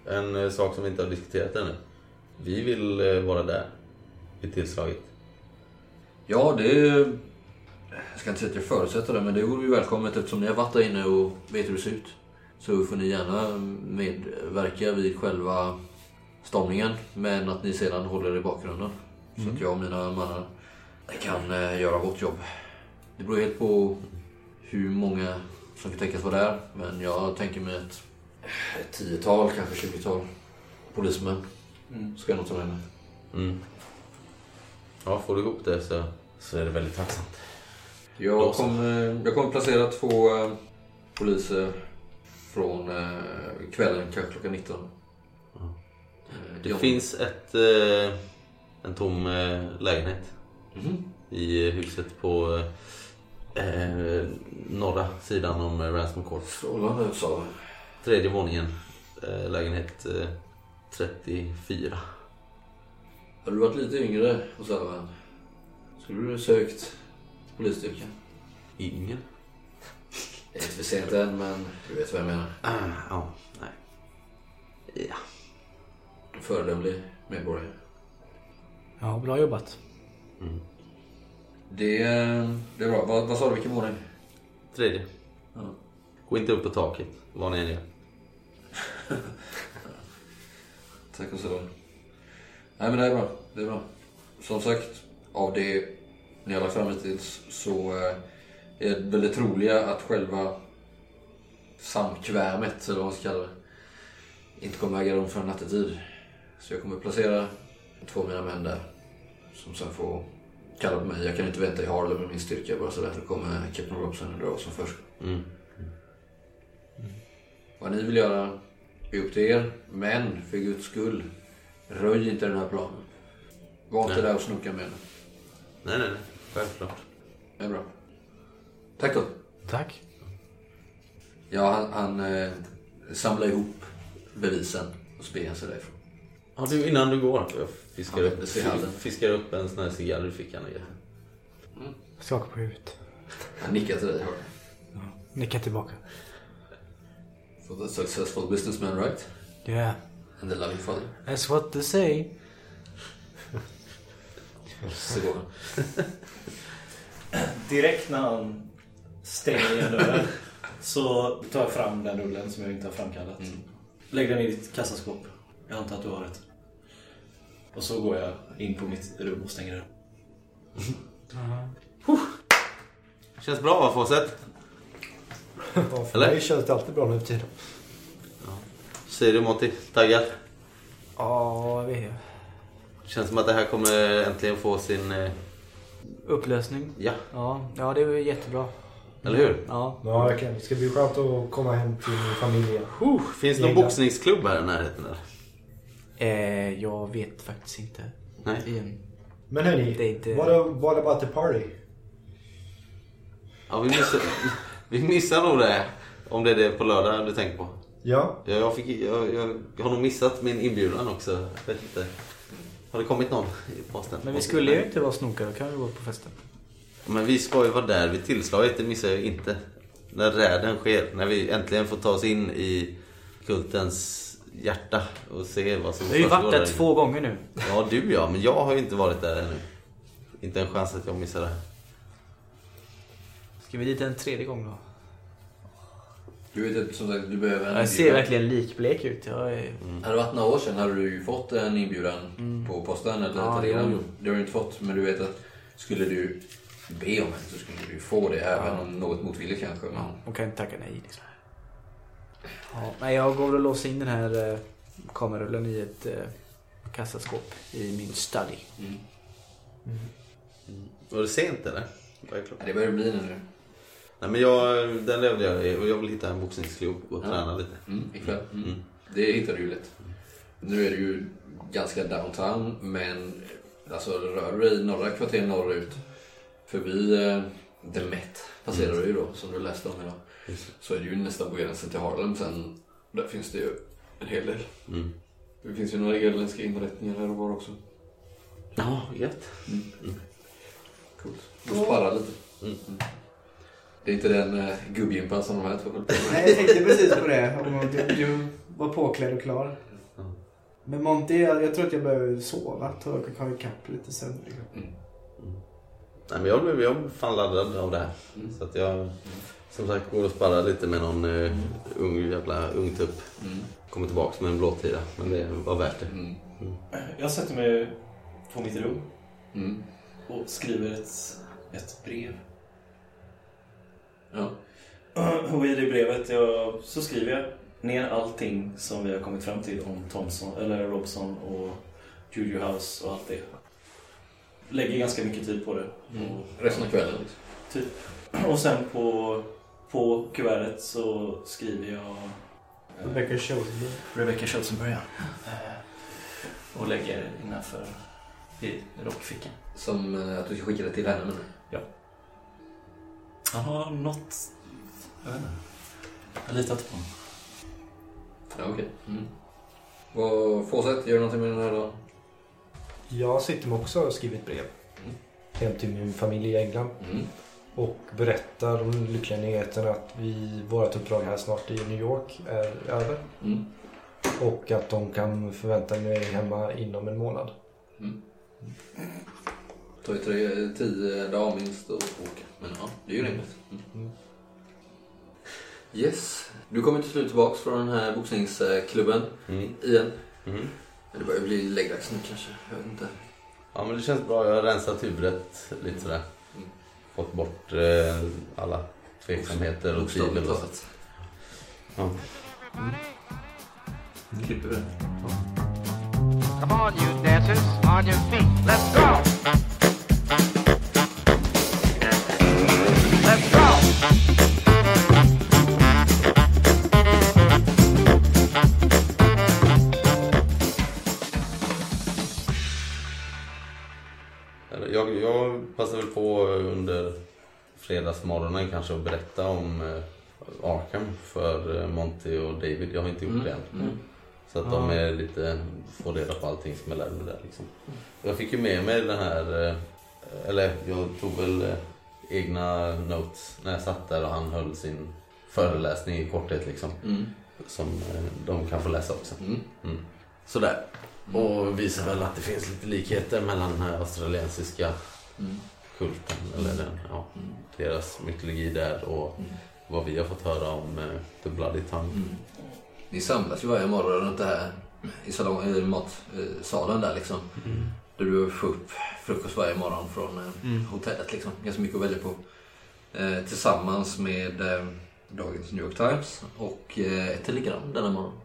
B: en eh, sak som vi inte har diskuterat ännu. Vi vill eh, vara där vid tillslaget.
A: Ja, det... Jag ska inte säga att jag förutsätter det, men det vore ju välkommet eftersom ni har varit där inne och vet hur det ser ut. Så får ni gärna medverka vid själva stormningen, men att ni sedan håller er i bakgrunden. Så att jag och mina mannar kan eh, göra vårt jobb. Det beror helt på hur många som kan tänkas vara där, men jag tänker mig ett, ett tiotal, kanske tjugotal polismän. Ska jag nog ta med mig.
B: Mm. Ja, får du ihop det så, så är det väldigt tacksamt. Då
A: Jag
B: så.
A: kommer, jag kommer placera två eh, poliser från eh, kvällen, kanske klockan 19. Eh,
B: Det
A: John.
B: finns ett, eh, en tom eh, lägenhet
A: Mhm.
B: i huset på eh, eh, norra sidan om eh, Ransom Court.
A: Strålande ut sa vi.
B: Tredje våningen, eh, lägenhet eh, 34.
A: Hade du varit lite yngre och så här, skulle du sökt polisstyrkan?
B: Ingen?
A: Det är inte för sent än, men du vet vad jag menar.
B: Ah, ja, nej. Ja.
A: Föredömlig medborgare.
H: Ja, bra jobbat.
A: Det, eh, det är bra. Vad, vad sa du, vilken våning?
B: Tredje.
A: Ja.
B: Gå inte upp på taket, vad ni än gör.
A: Tack och så långt. Nej men det är bra. Det är bra. Som sagt, av det ni har lagt fram hittills så eh, är väl det troliga att själva samkvämet, eller vad man ska kalla det, inte kommer äga rum förrän nattetid. Så jag kommer placera två av mina män där. Som sen får kalla på mig. Jag kan inte vänta i Harlem med min styrka bara sådär. Då kommer Captain Robson och drar oss som först.
B: Mm.
A: Vad ni vill göra är upp till er. Men för guds skull, röj inte den här planen. Var inte
B: Nej.
A: där och snoka med den.
B: Nej, nej, nej. Självklart.
A: Det är bra. Tack då.
H: Tack.
A: Ja, han, han eh, samlar ihop bevisen och spejar sig därifrån.
B: Ja, du, innan du går. Jag fiskar,
A: Ja,
B: upp,
A: det ser jag aldrig.
B: fiskar upp en sån här cigarr du fick Annika.
H: Skaka på huvudet.
A: Han nickar till dig. hör du.
H: Nicka tillbaka.
A: For the successful businessman right?
H: Yeah.
A: And the loving father.
H: That's what they say.
A: Så går han.
D: Direkt när han stänger igen dörren så tar jag fram den rullen som jag inte har framkallat. Lägg Mm. den i ditt kassaskåp. Jag antar att du har ett. Och så går jag in på mitt rum och stänger dörren.
B: Känns bra va, Fawcett?
G: Ja, för
B: Eller?
G: mig känns det alltid bra nu för tiden.
B: Säger du Monty? Taggad?
H: Ja, jag vet jag.
B: Känns som att det här kommer äntligen få sin... eh,
H: Upplösning.
B: Ja,
H: Ja, ja det var jättebra.
B: eller hur?
H: Ja.
G: Ja, verkligen. Det ska bli skönt att komma hem till familjen.
B: Uh, finns det någon
G: Jävlar.
B: boxningsklubb här i närheten eller?
H: Eh, jag vet faktiskt inte.
B: Nej.
H: Igen.
G: Men
H: Det är
G: hörni,
H: inte-
G: what, a, what about the party?
B: Ja, vi missar, <laughs> vi missar nog det. Om det är det på lördag du tänker på.
G: Ja,
B: Ja, Jag, fick, jag, jag har nog missat min inbjudan också. Jag vet inte. Har det kommit någon i posten?
H: Men vi skulle ju inte vara snokare, då kan vi gå på festen.
B: Men vi ska ju vara där vid tillslaget, det missar jag ju inte. När räden sker, när vi äntligen får ta oss in i kultens hjärta och se vad som
H: Vi har ju varit
B: försiggår
H: där två gånger nu.
B: Ja, du ja, men jag har ju inte varit där ännu. Inte en chans att jag missar det. här.
H: Ska vi dit en tredje gång då?
A: Du vet inte, som sagt, du behöver en
H: Jag ser
A: inbjudan.
H: verkligen likblek ut. Jag är...
A: Hade det varit några år sedan hade du ju fått en inbjudan på posten eller
H: Mm. Ja,
A: till redan.
H: jo.
A: Det har du inte fått, men du vet att skulle du be om det så skulle du ju få det, även om något motvilligt kanske. Men
H: Hon kan inte tacka nej. Liksom. Ja, nej, jag går och låser in den här eh, kamerarullen i ett eh, kassaskåp i min study.
A: Mm.
G: Mm.
B: Var det sent eller? Vad är klockan?
A: Det börjar bli nu.
B: Nej men jag, den levde jag i och jag vill hitta en boxningsklubb och träna lite.
A: Mm, ikväll. Mm. Det hittar du ju lätt. Nu är det ju ganska downtown, men alltså, rör du dig några kvarter norrut förbi eh, The Met passerar
H: Mm.
A: du ju då, som du läste om idag. Så är det ju nästan på gränsen till Harlem sen. Där finns det ju en hel del.
B: Mm.
A: Det finns ju några irländska inrättningar här och var också. Mm.
B: Ja, gött.
A: Coolt. Du sparar lite. Mm. Det är inte den eh, gubbgympan som de här två håller på med.
E: Nej, jag tänkte precis på det. Om du, du var påklädd och klar. Men Monty, jag, jag tror att jag behöver sova. Ta ta ikapp lite sen.
B: Nej men jag blev jag blev fan laddad av det här. Så att jag som sagt går och sparrar lite med någon eh, ung jävla ung tupp. Kommer tillbaks med en blåtira. Men det var värt det.
A: Mm.
F: Jag sätter mig på mitt rum
A: Mm.
F: och skriver ett, ett brev.
A: Ja.
F: <clears throat> Och i det brevet jag, så skriver jag ner allting som vi har kommit fram till om Thompson, eller Robson och Juju House och allt det. Lägger ganska mycket tid på det.
A: Mm.
F: Och,
A: Resten av kvällen.
F: <clears throat>
A: liksom.
F: och sen på, på kuvertet så skriver jag eh,
E: Rebecca Schoenberg.
F: Rebecca Schulzenberg ja. Eh, och lägger innanför i rockfickan.
A: Som eh, att du ska skicka det till henne menar du?
F: Han har något... Jag vet inte. Jag har litat på honom.
A: Ja, okej. Mm. Och Fawcett, gör du någonting med den här dagen?
G: Jag sitter med också och skriver ett brev.
A: Mm.
G: Hem till min familj i England.
A: Mm.
G: Och berättar de lyckliga nyheterna att vi, vårt uppdrag här snart i New York är över.
A: Mm.
G: Och att de kan förvänta mig hemma inom en månad.
A: Det tar ju tre, tio dagar minst att åka. Men ja, det är ju rimligt. Mm.
G: Mm.
A: Yes. Du kommer till slut tillbaks från den här boxningsklubben
B: Mm.
A: igen.
B: Mm.
A: Men det börjar bli läggdags nu kanske. Jag vet inte.
B: Ja men det känns bra. Jag har rensat huvudet lite sådär.
A: Mm.
B: Fått bort eh, alla tveksamheter och tvivel och så.
A: talat.
B: Ja.
A: Klipper vi det.
J: Come on, you dancers, on your feet. Let's go. Let's go.
B: Eller, Jag, jag passade väl på under fredagsmorgonen kanske att berätta om eh, Arkham för eh, Monty och David. Jag har inte gjort det än.
A: Mm.
B: Så att de är lite, får reda på allting som jag lärde mig där. Liksom. Jag fick ju med mig den här, eh, eller jag tog väl eh, egna notes när jag satt där och han höll sin föreläsning i korthet liksom.
A: Mm.
B: Som eh, de kan få läsa också.
A: Mm.
B: Sådär. Och visar väl att det finns lite likheter mellan den här australiensiska
A: Mm.
B: kulten, eller den, ja,
A: Mm.
B: deras mytologi där och
A: Mm.
B: vad vi har fått höra om eh, The Bloody Tongue.
A: Mm. Ni samlas ju varje morgon runt det här i salong, i matsalen där liksom.
H: Mm.
A: Där du får upp frukost varje morgon från eh, hotellet liksom. Ganska mycket att välja på. Eh, tillsammans med eh, dagens New York Times och eh, ett telegram denna morgon.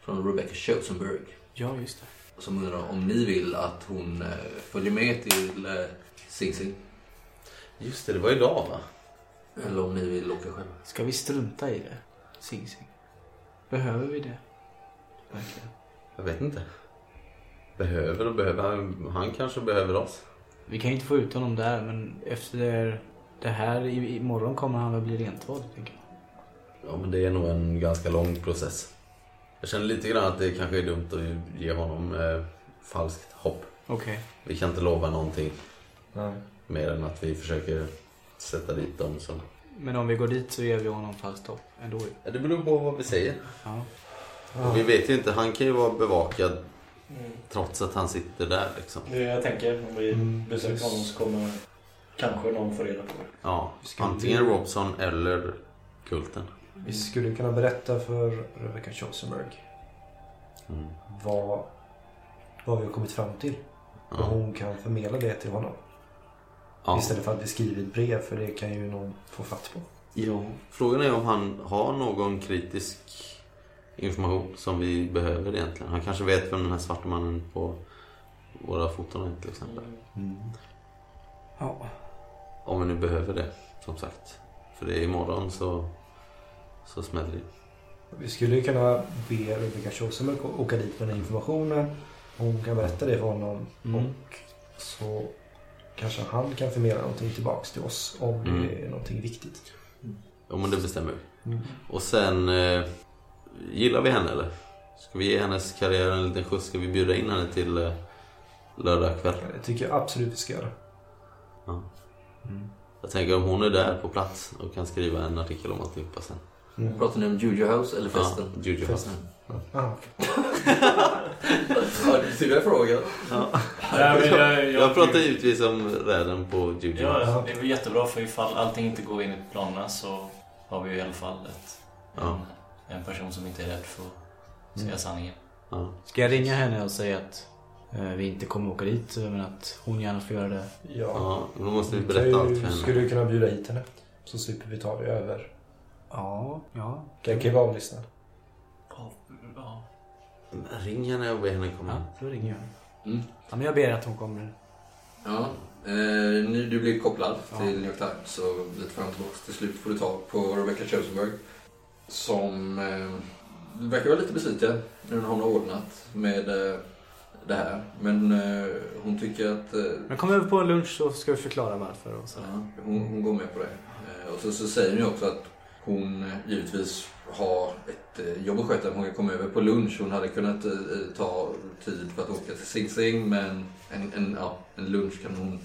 A: Från Rebecca Schotzenberg.
H: Mm-hmm. Ja, just det.
A: Som undrar om ni vill att hon eh, följer med till eh, Sing Sing.
B: Just det, det var idag va?
A: Eller om ni vill åka själva.
H: Ska vi strunta i det? Sing Sing. Behöver vi det? Verkligen.
B: Jag vet inte. Behöver och behöver. Han, han kanske behöver oss.
H: Vi kan ju inte få ut honom där, men efter det här i- imorgon kommer han väl bli rentvådd, tänker jag.
B: Ja, men det är nog en ganska lång process. Jag känner lite grann att det kanske är dumt att ge honom eh, falskt hopp.
H: Okej.
B: Vi kan inte lova någonting
G: Nej.
B: mer än att vi försöker sätta dit dem som...
H: Men om vi går dit så ger vi honom falskt hopp ändå ju.
B: Ja, det beror på vad vi säger.
H: Ja.
B: Och vi vet ju inte, han kan ju vara bevakad trots att han sitter där liksom.
F: Mm. Det jag tänker, om vi
G: Mm,
F: besöker
G: precis.
F: honom så kommer kanske någon få reda på det.
B: Ja, antingen
G: Mm.
B: Robson eller Kulten.
G: Vi skulle kunna berätta för Rebecca Chosenberg
B: Mm.
G: vad, vad vi har kommit fram till. Och
B: Ja.
G: hon kan förmedla det till honom.
B: Ja.
G: Istället för att vi skriver ett brev för det kan ju någon få fatt på.
B: Ja.
H: Mm.
B: Frågan är om han har någon kritisk information som vi behöver egentligen. Han kanske vet vem den här svarta mannen på våra foton är till exempel. Mm.
E: Ja.
B: Om vi nu behöver det, som sagt. För det är imorgon så, så smäller det.
G: Vi skulle ju kunna be Rebecca Chosemek åka dit med den här informationen. Hon kan berätta det för honom.
H: Mm.
G: Och så kanske han kan förmedla någonting tillbaks till oss om
B: Mm.
G: det är någonting viktigt.
B: Ja men det bestämmer vi.
G: Mm.
B: Och sen, eh, gillar vi henne eller? Ska vi ge hennes karriär en liten skjuts? Ska vi bjuda in henne till eh, lördag kväll?
G: Det tycker jag absolut vi ska göra.
B: Ja. Jag tänker om hon är där på plats och kan skriva en artikel om alltihopa sen.
G: Mm.
A: Pratar ni om Juju House eller festen?
B: Ja, Juju House.
G: Ah,
A: Ja, det är jag frågar.
B: Ja.
D: Nej, men jag- jag-
B: jag pratar givetvis om räden på Juju
D: Ja,
B: House.
D: det är väl jättebra för ifall allting inte går enligt planerna så har vi ju i alla fall ett,
B: Ja.
D: en, en person som inte är rädd för att säga
H: Mm.
D: sanningen.
B: Ja.
H: Ska jag ringa henne och säga att eh, vi inte kommer åka dit men att hon gärna får göra det?
G: Ja.
B: Ja, då måste vi
G: kan
B: berätta
G: ju-
B: allt för henne.
G: Skulle du kunna bjuda hit henne? Så slipper vi ta det över.
H: Ja, ja.
G: Den kan ju vara avlyssnad.
D: Ja.
B: Ring henne och be henne komma.
H: Ja, då ringer jag. Ja, men jag ber att hon kommer.
A: Ja, eh, nu, du blir kopplad till New York Times och lite fram och tillbaka. Till slut får du tag på Rebecca Chosenberg. Som eh, verkar vara lite besviken nu när hon har ordnat med eh, det här. Men eh, hon tycker att eh,
H: Men kom över på en lunch så ska vi förklara varför. Och så.
A: Ja, hon, hon går med på det. Eh, Och så, så säger hon ju också att hon eh, givetvis har ett eh, jobb att sköta. men Hon kan komma över på lunch. Hon hade kunnat eh, ta tid för att åka till Sing Sing men en, en, ja, en lunch kan hon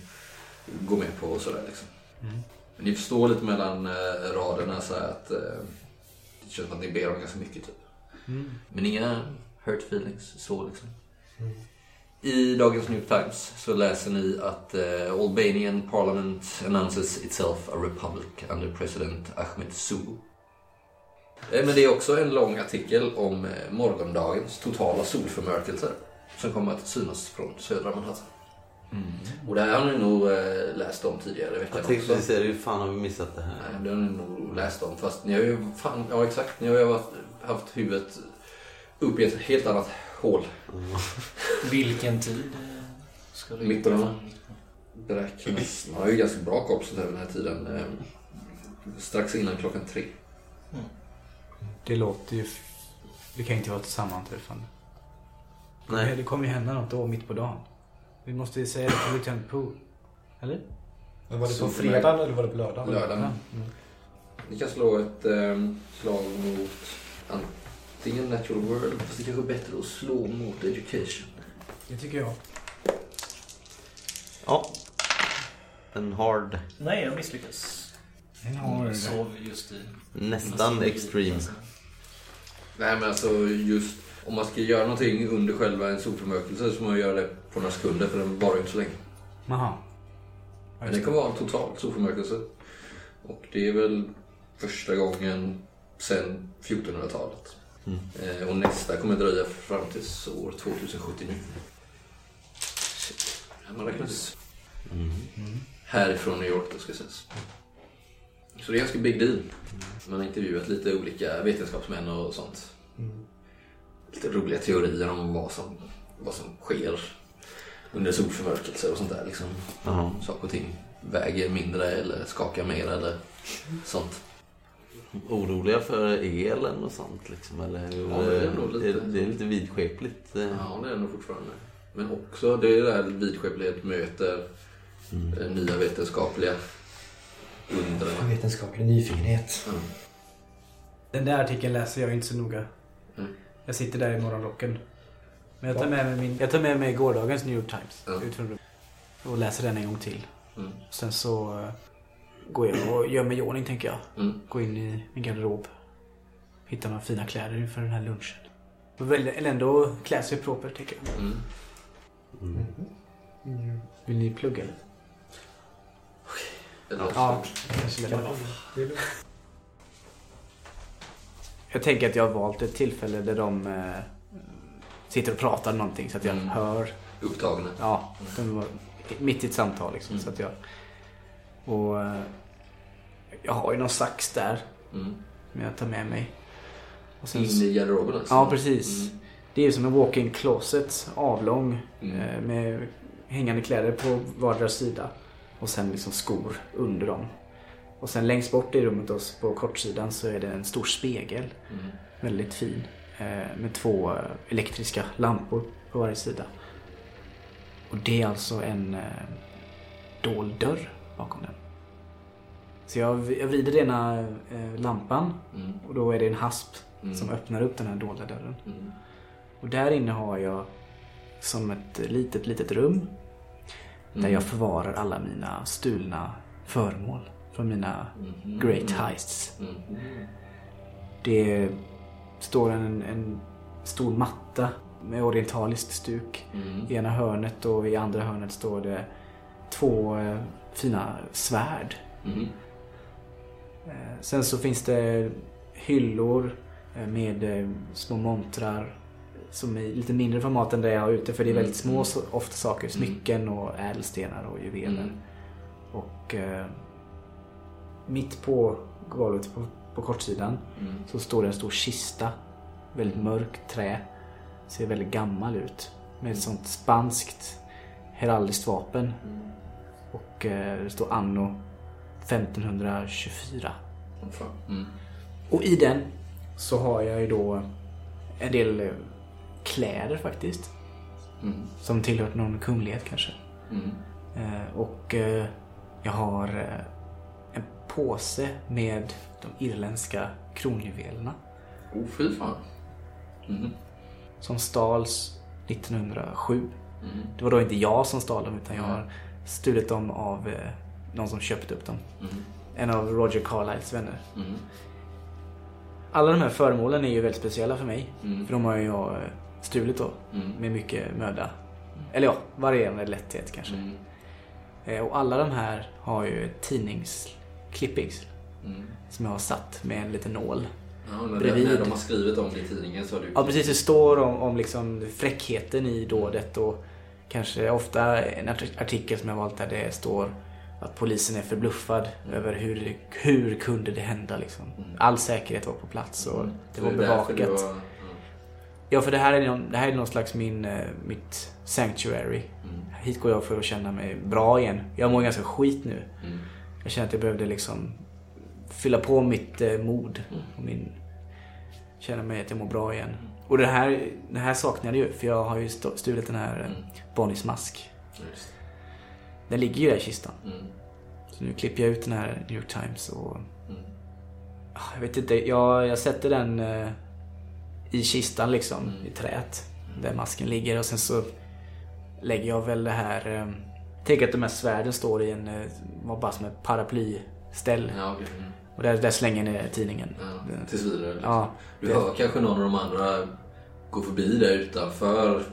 A: gå med på och sådär liksom.
H: Mm.
A: Men ni förstår lite mellan eh, raderna så här att eh, det känns som att ni ber om ganska mycket typ.
H: Mm.
A: Men inga hurt feelings så liksom.
G: Mm.
A: I dagens New York Times så läser ni att eh, Albanian Parliament announces itself a republic under president Ahmed Zogu. Eh, men det är också en lång artikel om eh, morgondagens totala solförmörkelser som kommer att synas från södra Manhattan.
H: Mm.
A: Och det här har ni nog eh, läst om tidigare i veckan
B: Jag tänkte
A: också.
B: precis säga det, hur fan har vi missat det här?
A: Nej, det har ni nog läst om. Fast ni har ju fan, ja exakt, ni har ju varit, haft huvudet upp i ett helt annat hål.
D: Vilken tid eh, ska du...
A: Mitten av beräknas. Man har ju ganska bra koll på sånt här vid den här tiden. eh, Strax innan klockan tre.
H: Det låter ju... Det kan ju inte vara ett sammanträffande.
B: Nej.
H: Nej. Det kommer ju hända något då mitt på dagen. Vi måste ju säga det till Lieutenant Poole. Eller?
G: Men var det på
A: Superman.
G: fredagen eller var det på lördagen?
A: Lördagen. Ni kan slå ett eh, slag mot antingen Natural World, fast det kanske är bättre att slå mot Education.
H: Det tycker jag.
B: Ja. En hard.
D: Nej, jag misslyckas.
H: Den
D: Jag
H: har
D: sov just i... Alltså.
B: Nästan extreme.
A: Nej men alltså just om man ska göra någonting under själva en solförmörkelse så måste man göra det på några sekunder för den varar ju inte så länge.
H: Jaha.
A: Men det kommer vara en total solförmörkelse. Och det är väl första gången sedan 1400-talet.
B: Mm.
A: Eh, Och nästa kommer dröja fram till år 2079. Ja, Man räknar ut.
B: Mm.
H: Mm.
A: Härifrån New York då ska sägas. Så det är ganska big deal. Man har intervjuat lite olika vetenskapsmän och sånt.
G: Mm.
A: Lite roliga teorier om vad som, vad som sker under solförmörkelser och sånt där. Liksom.
B: Ja.
A: Saker och ting väger mindre eller skakar mer eller sånt.
B: Oroliga för elen och sånt liksom? Eller hur? eh,
A: Ja, det är ändå lite-
B: det, det är lite vidskepligt. eh.
A: Ja, det är nog fortfarande. Men också det är det här vidskeplighet möter
H: Mm.
A: eh, nya vetenskapliga undren.
G: Vetenskaplig nyfikenhet.
A: Mm.
H: Den där artikeln läser jag inte så noga.
A: Mm.
H: Jag sitter där i morgonrocken. Men jag tar med mig, min, jag tar med mig gårdagens New York Times.
A: Ja.
H: Ut från rummet. och läser den en gång till.
A: Mm.
H: Sen så eh, går jag och gör mig i ordning tänker jag.
A: Mm.
H: Gå in i min garderob. Hitta några fina kläder inför den här lunchen. Och välja, eller ändå klä sig propert tänker jag.
A: Mm.
B: Mm.
H: Vill ni plugga eller?
A: Eller också-
H: Ja,
G: Mm.
H: kanske det. Jag tänker att jag har valt ett tillfälle där de eh, sitter och pratar någonting så att jag
A: Mm.
H: hör.
A: Upptagna.
H: Ja, de var mitt i ett samtal liksom. Så att jag, och eh, Jag har ju någon sax där.
A: Mm.
H: Som jag tar med mig. Och
A: In
H: så-
A: i garderoben alltså?
H: Ja, precis. Det är ju som en walk-in closet. Avlång.
A: Mm,
H: eh, Med hängande kläder på vardera sida. Och sen liksom skor under dem. Och sen längst bort i rummet då, på kortsidan så är det en stor spegel.
A: Mm.
H: Väldigt fin. eh, Med två eh, elektriska lampor på varje sida. Och det är alltså en eh, dold dörr bakom den. Så jag, jag vrider ena eh, lampan
A: Mm.
H: och då är det en hasp
A: Mm.
H: som öppnar upp den här dolda dörren.
A: Mm.
H: Och där inne har jag som ett litet, litet rum där
A: Mm.
H: jag förvarar alla mina stulna föremål från mina
A: Mm.
H: great heists. Det står en, en stor matta med orientaliskt stuk
A: mm,
H: i ena hörnet och i andra hörnet står det två eh, fina svärd.
A: Mm.
H: Eh, Sen så finns det hyllor eh, med eh, små montrar som är lite mindre format än det jag har ute för det är
A: Mm.
H: väldigt små så- ofta saker. Smycken och ädelstenar och juveler.
A: Mm.
H: Och eh, mitt på golvet på, på kortsidan
A: Mm.
H: så står det en stor kista. Väldigt mörkt trä. Ser väldigt gammal ut. Med ett sånt spanskt heraldiskt vapen. Och eh, det står anno 1524.
A: Åh, fan. Mm.
H: Och i den så har jag ju då en del eh, kläder faktiskt.
A: Mm.
H: Som tillhört någon kunglighet kanske.
A: Mm.
H: Eh, Och eh, jag har eh, en påse med de irländska kronjuvelerna.
A: Oh, fy fan. Mm.
H: Som stals 1907.
A: Mm.
H: Det var då inte jag som stal dem utan jag har stulit dem av eh, någon som köpte upp dem.
A: Mm.
H: En av Roger Carlyles vänner.
A: Mm.
H: Alla de här föremålen är ju väldigt speciella för mig.
A: Mm.
H: För de har ju jag eh, stulit då.
A: Mm.
H: Med mycket möda. Eller ja, varierande lätthet kanske.
A: mm,
H: Eh, Och alla de här har ju ett tidningsklippings.
A: Mm.
H: Som jag har satt med en liten nål.
A: Ja, när, det, när de har skrivit om det i tidningen så har du...
H: typ. Ja precis, det står om, om liksom fräckheten i dådet och kanske ofta en art- artikel som jag valt där det står att polisen är förbluffad över hur, hur kunde det hända liksom. All säkerhet var på plats och Mm. det
A: Mm. Så
H: var
A: är därför
H: bevakat.
A: du har-
H: Ja för det här är någon, det här är någon slags min, eh, mitt sanctuary.
A: Mm.
H: Hit går jag för att känna mig bra igen. Jag mår ganska skit nu.
A: Mm.
H: Jag känner att jag behövde liksom fylla på mitt eh, mod. Och min, känna mig att jag mår bra igen. Och det här, det här saknade jag ju för jag har ju st- stulit den här mm. Bonnies mask.
A: Just.
H: Den ligger ju där i kistan.
A: Mm.
H: Så nu klipper jag ut den här New York Times och...
A: Mm.
H: Ah, Jag vet inte, jag, jag sätter den eh, i kistan liksom, i träet. Där masken ligger och sen så lägger jag väl det här... Eh, tänk att de här svärden står i en, eh, var bara som ett paraplyställ.
A: Ja, okej. Mm.
H: Och där, där slänger jag ner tidningen.
A: Ja, tills vidare. Liksom.
H: Ja,
A: du
H: det-
A: hör kanske någon av de andra gå förbi där utanför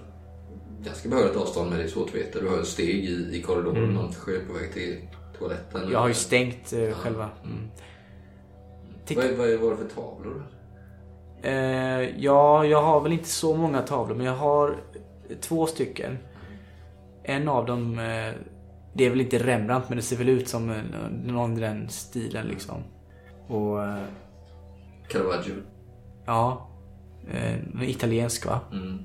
A: ganska behörigt avstånd men det är svårt att veta. Du hör steg i, i korridoren.
H: Mm.
A: Någon kanske är på väg till toaletten.
H: Jag har ju stängt eh, själva. Mm.
A: Vad, är- vad är- vad var det för tavlor?
H: Eh, ja, jag har väl inte så många tavlor men jag har två stycken. En av dem, eh, det är väl inte Rembrandt men det ser väl ut som en, någon i den stilen liksom. Och... Eh,
A: Caravaggio?
H: Ja. Eh, den är italiensk va?
A: Mm.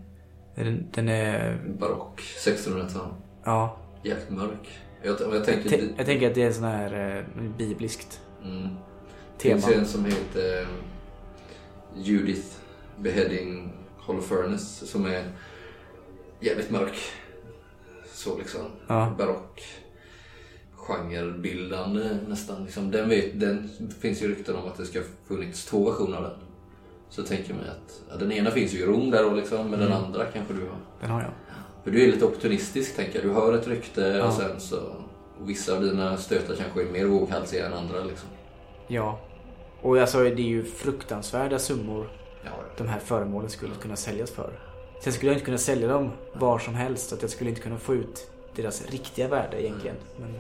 H: Den, den är...
A: Barock, 1600-tal.
H: Ja.
A: Jävligt mörk. Jag, jag tänker...
H: Jag, tän- jag tänker att det är en sån här eh, bibliskt
A: Mm. Det
H: tema.
A: finns ju en som heter eh, Judith Beheading Holofernes som är jävligt mörk. Så liksom
H: Ja.
A: barock genrebildande nästan. Liksom. Den, vet, den det finns ju rykten om att det ska ha funnits två versioner av den. Så tänker man att ja, den ena finns ju i Rom där då liksom, men den
H: Mm.
A: andra kanske du har.
H: Den har jag.
A: För du är lite opportunistisk tänker jag. Du hör ett rykte
H: Ja.
A: och sen så... Och vissa av dina stötar kanske är mer våghalsiga än andra liksom.
H: Ja. Och alltså, det är ju fruktansvärda summor
A: Ja,
H: de här föremålen skulle kunna säljas för. Sen skulle jag inte kunna sälja dem var som helst. Så att jag skulle inte kunna få ut deras riktiga värde egentligen. Men,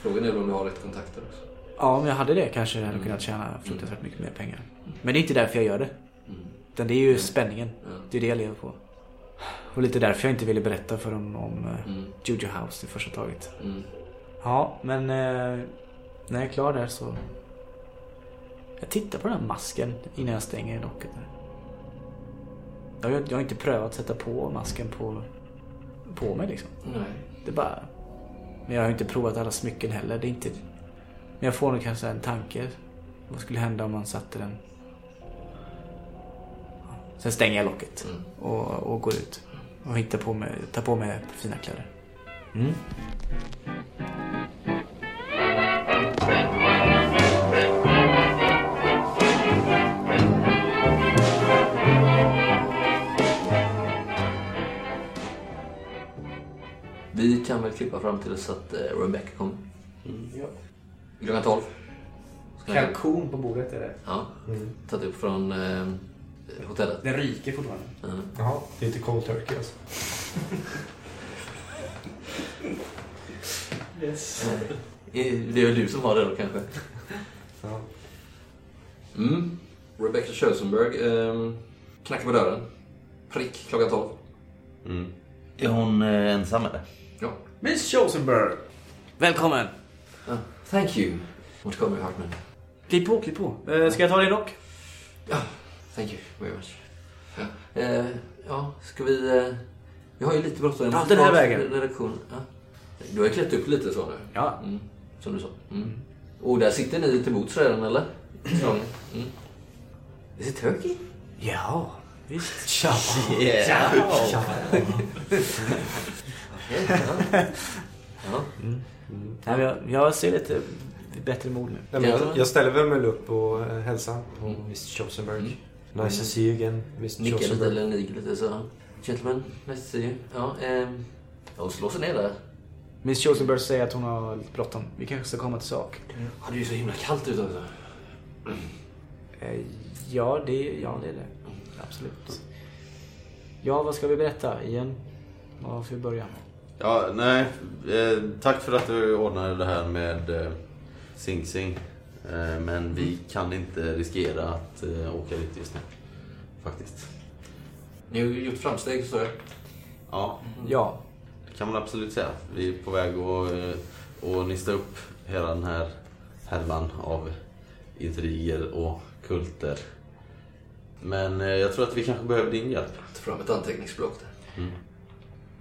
A: Frågan är om du har rätt kontakter också.
H: ja, om jag hade det kanske jag hade kunnat tjäna fruktansvärt mycket mer pengar. Men det är inte därför jag gör det.
A: Mm.
H: Utan det är ju spänningen. Det är det jag lever på. Och lite därför jag inte ville berätta för dem om eh, Juju House i första taget.
A: Mm.
H: Ja, men eh, när jag är klar där så Jag tittar på den här masken innan jag stänger locket. där. Jag har, ju- jag har inte prövat att sätta på masken på, på mig liksom.
A: Nej.
H: Det är bara... Men jag har ju inte provat alla smycken heller. Det är inte... Men jag får nog kanske en tanke. Vad skulle hända om man satte den... Ja. Sen stänger jag locket och, och går ut. Och hittar på mig, tar på mig fina kläder.
A: Vi kan väl klippa fram till dess att eh, Rebecca kommer. Mm. Klockan 12. Ska ni-
E: Kalkon på bordet är det.
A: Ja. Tagit upp från eh, hotellet.
E: Den ryker fortfarande.
A: Mm.
G: Jaha, det är inte cold turkey alltså.
D: Yes.
A: Eh, Det är väl du som har det då kanske?
G: Ja.
A: Mm. Rebecca Schösenberg eh, knackar på dörren. Prick klockan 12.
B: Mm.
C: Är hon eh, ensam eller?
A: Ja.
E: Miss Chosenberg!
H: Välkommen!
A: Ah, thank you. Montgomery Hartman.
H: Klipp på, klipp på. Eh, ska jag ta din rock?
A: Thank you very much. Ja, eh, ja ska vi... Eh, vi har ju lite bråttom.
H: Ja, den här vägen.
A: Redaktion. Ja. Du har ju klätt upp lite så nu.
H: Ja.
A: Mm, som du sa. Mm. Och där sitter ni till mots redan eller? Ja. Mm. Is it <laughs> turkey?
H: Ja, visst. Tja.
A: Okej, ja. ja.
H: Nej, men jag, jag ser lite bättre mod nu.
G: Nej, men jag, jag ställer väl mig upp och eh, hälsar på Mr. Chosenberg.
B: Mm.
G: Nice to see you again, Mr.
A: Nickar lite
G: Chosenberg.
A: eller niger lite så. Gentlemen, nice to see you. Ja, ehm, ja, hon slår sig ner där.
H: Miss Chosenberg säger att hon har lite bråttom. Vi kanske ska komma till sak.
A: Ja, det är ju så himla kallt ute också.
H: Eh, ja, det, ja, det är det. Absolut. Ja, vad ska vi berätta? Ian? Vad får vi börja med?
B: Ja, nej. Eh, tack för att du ordnade det här med eh, Sing Sing. Eh, men
A: Mm.
B: vi kan inte riskera att eh, åka dit just nu. Faktiskt.
A: Ni har ju gjort framsteg så.
B: Ja,
H: Ja,
B: det kan man absolut säga. Vi är på väg att, eh, att nysta upp hela den här härvan av intriger och kulter. Men eh, jag tror att vi kanske behöver din hjälp.
A: Ta fram ett anteckningsblock där.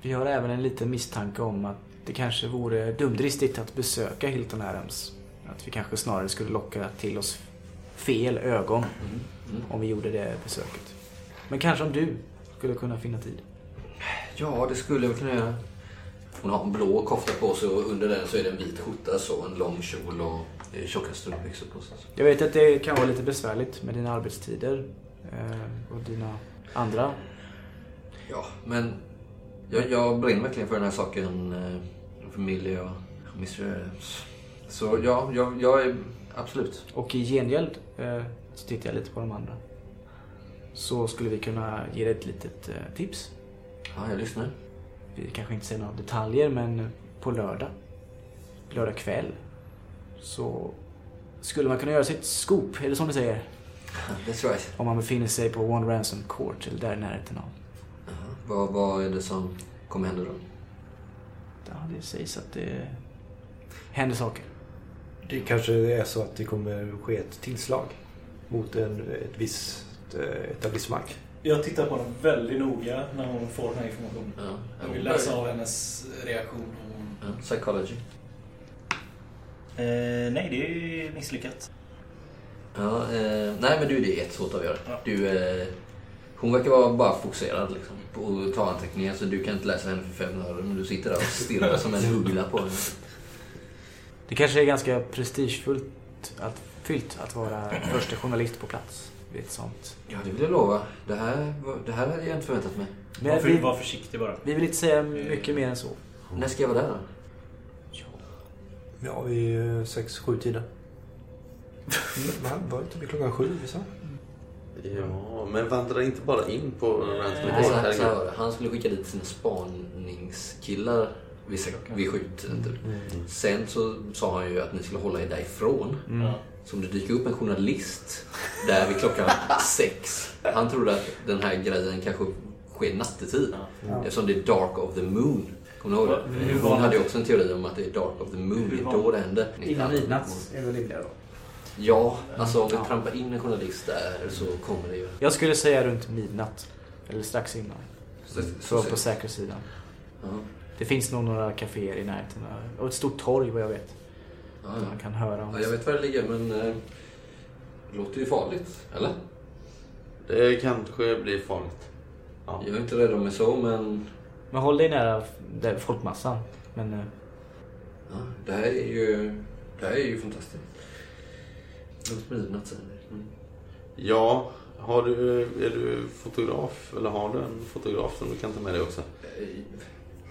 H: vi har även en liten misstanke om att det kanske vore dumdristigt att besöka Hilton Adams. Att vi kanske snarare skulle locka till oss fel ögon
A: Mm.
H: om vi gjorde det besöket. Men kanske om du skulle kunna finna tid.
A: Ja, det skulle jag väl kunna göra. Hon har en blå kofta på sig och under den så är det en vit skjorta så en lång kjol och eh, tjocka strumpbyxor på sig.
H: Jag vet att det kan vara lite besvärligt med dina arbetstider eh, och dina andra.
A: Ja, men jag, jag brinner verkligen för den här saken. eh, Familj och Mr. Adams. Så ja, jag, jag är absolut.
H: Och i gengäld eh, så tittar jag lite på de andra. Så skulle vi kunna ge dig ett litet eh, tips.
A: Ja, jag lyssnar. <laughs>
H: Vi kanske inte säger några detaljer men på lördag, lördag kväll, så skulle man kunna göra sitt scoop, eller som du säger,
A: That's right.
H: om man befinner sig på One Ransom Court eller där i närheten av.
A: Aha. Vad, vad är det som kommer hända då?
H: Ja, det sägs att det händer saker.
G: Det kanske är så att det kommer ske ett tillslag mot en, ett visst eh, etablissemang.
F: Jag tittar på henne väldigt noga när hon får den här informationen.
A: Ja,
F: Jag vill läsa av hennes reaktion.
A: Ja, psychology.
D: Eh, nej, det är misslyckat.
A: Ja, eh, nej men du, det är ett svårt att göra.
D: Ja.
A: Du, eh, hon verkar vara bara fokuserad liksom, på att ta anteckningar så du kan inte läsa henne för fem öre men du sitter där och stirrar som en uggla på henne.
H: Det kanske är ganska prestigefullt att, fyllt att vara första journalist på plats vid ett sånt.
A: Ja, det vill jag lova. Det här, var- det här hade jag inte förväntat mig.
H: Men
D: Varför,
H: vi,
D: var försiktig bara.
H: vi vill inte säga mycket mer än så.
A: När ska jag vara där då?
G: Ja, vid eh, sex, sju tiden. Men var det inte vid klockan sju vi sa?
B: Ja, men vandra inte bara in på Ransom
A: Nej, så,
B: Court.
A: här, så
B: herregud.
A: här, han skulle skicka dit sina spaningskillar vid, sex- vid sjutiden typ. Sen så sa han ju att ni skulle hålla er därifrån.
D: Ja.
A: Så om det dyker upp en journalist där vid klockan sex. Han trodde att den här grejen kanske sker nattetid. Eftersom det är dark of the moon. Kommer ni ihåg
D: Va-
A: det?
D: hur var
A: Hon
D: det?
A: hade ju också en teori om att det är dark of the moon.
D: Hur
A: Det är
D: var
A: då det händer.
E: Innan midnatt är väl rimligare då.
A: Ja, alltså om vi trampar in en journalist där så kommer det ju.
H: Jag skulle säga runt midnatt. Eller strax innan.
A: Så-
H: Så
A: så-
H: på säkra sidan.
A: Ja.
H: Det finns nog några kaféer i närheten. där. Och ett stort torg vad jag vet.
A: Ja,
H: Där
A: ja.
H: Man kan höra om
A: Ja, jag vet var det ligger men eh, det låter ju farligt, eller?
B: Det kanske blir farligt. Ja.
A: Jag är inte rädd om mig så men
H: Men håll dig nära f- där folkmassan. Men eh,
A: ja, det här är ju, det här är ju fantastiskt. Runt midnatt sen. Mm.
B: Ja, har du, eh, är du fotograf eller har du en fotograf som du kan ta med dig också?
A: Eh,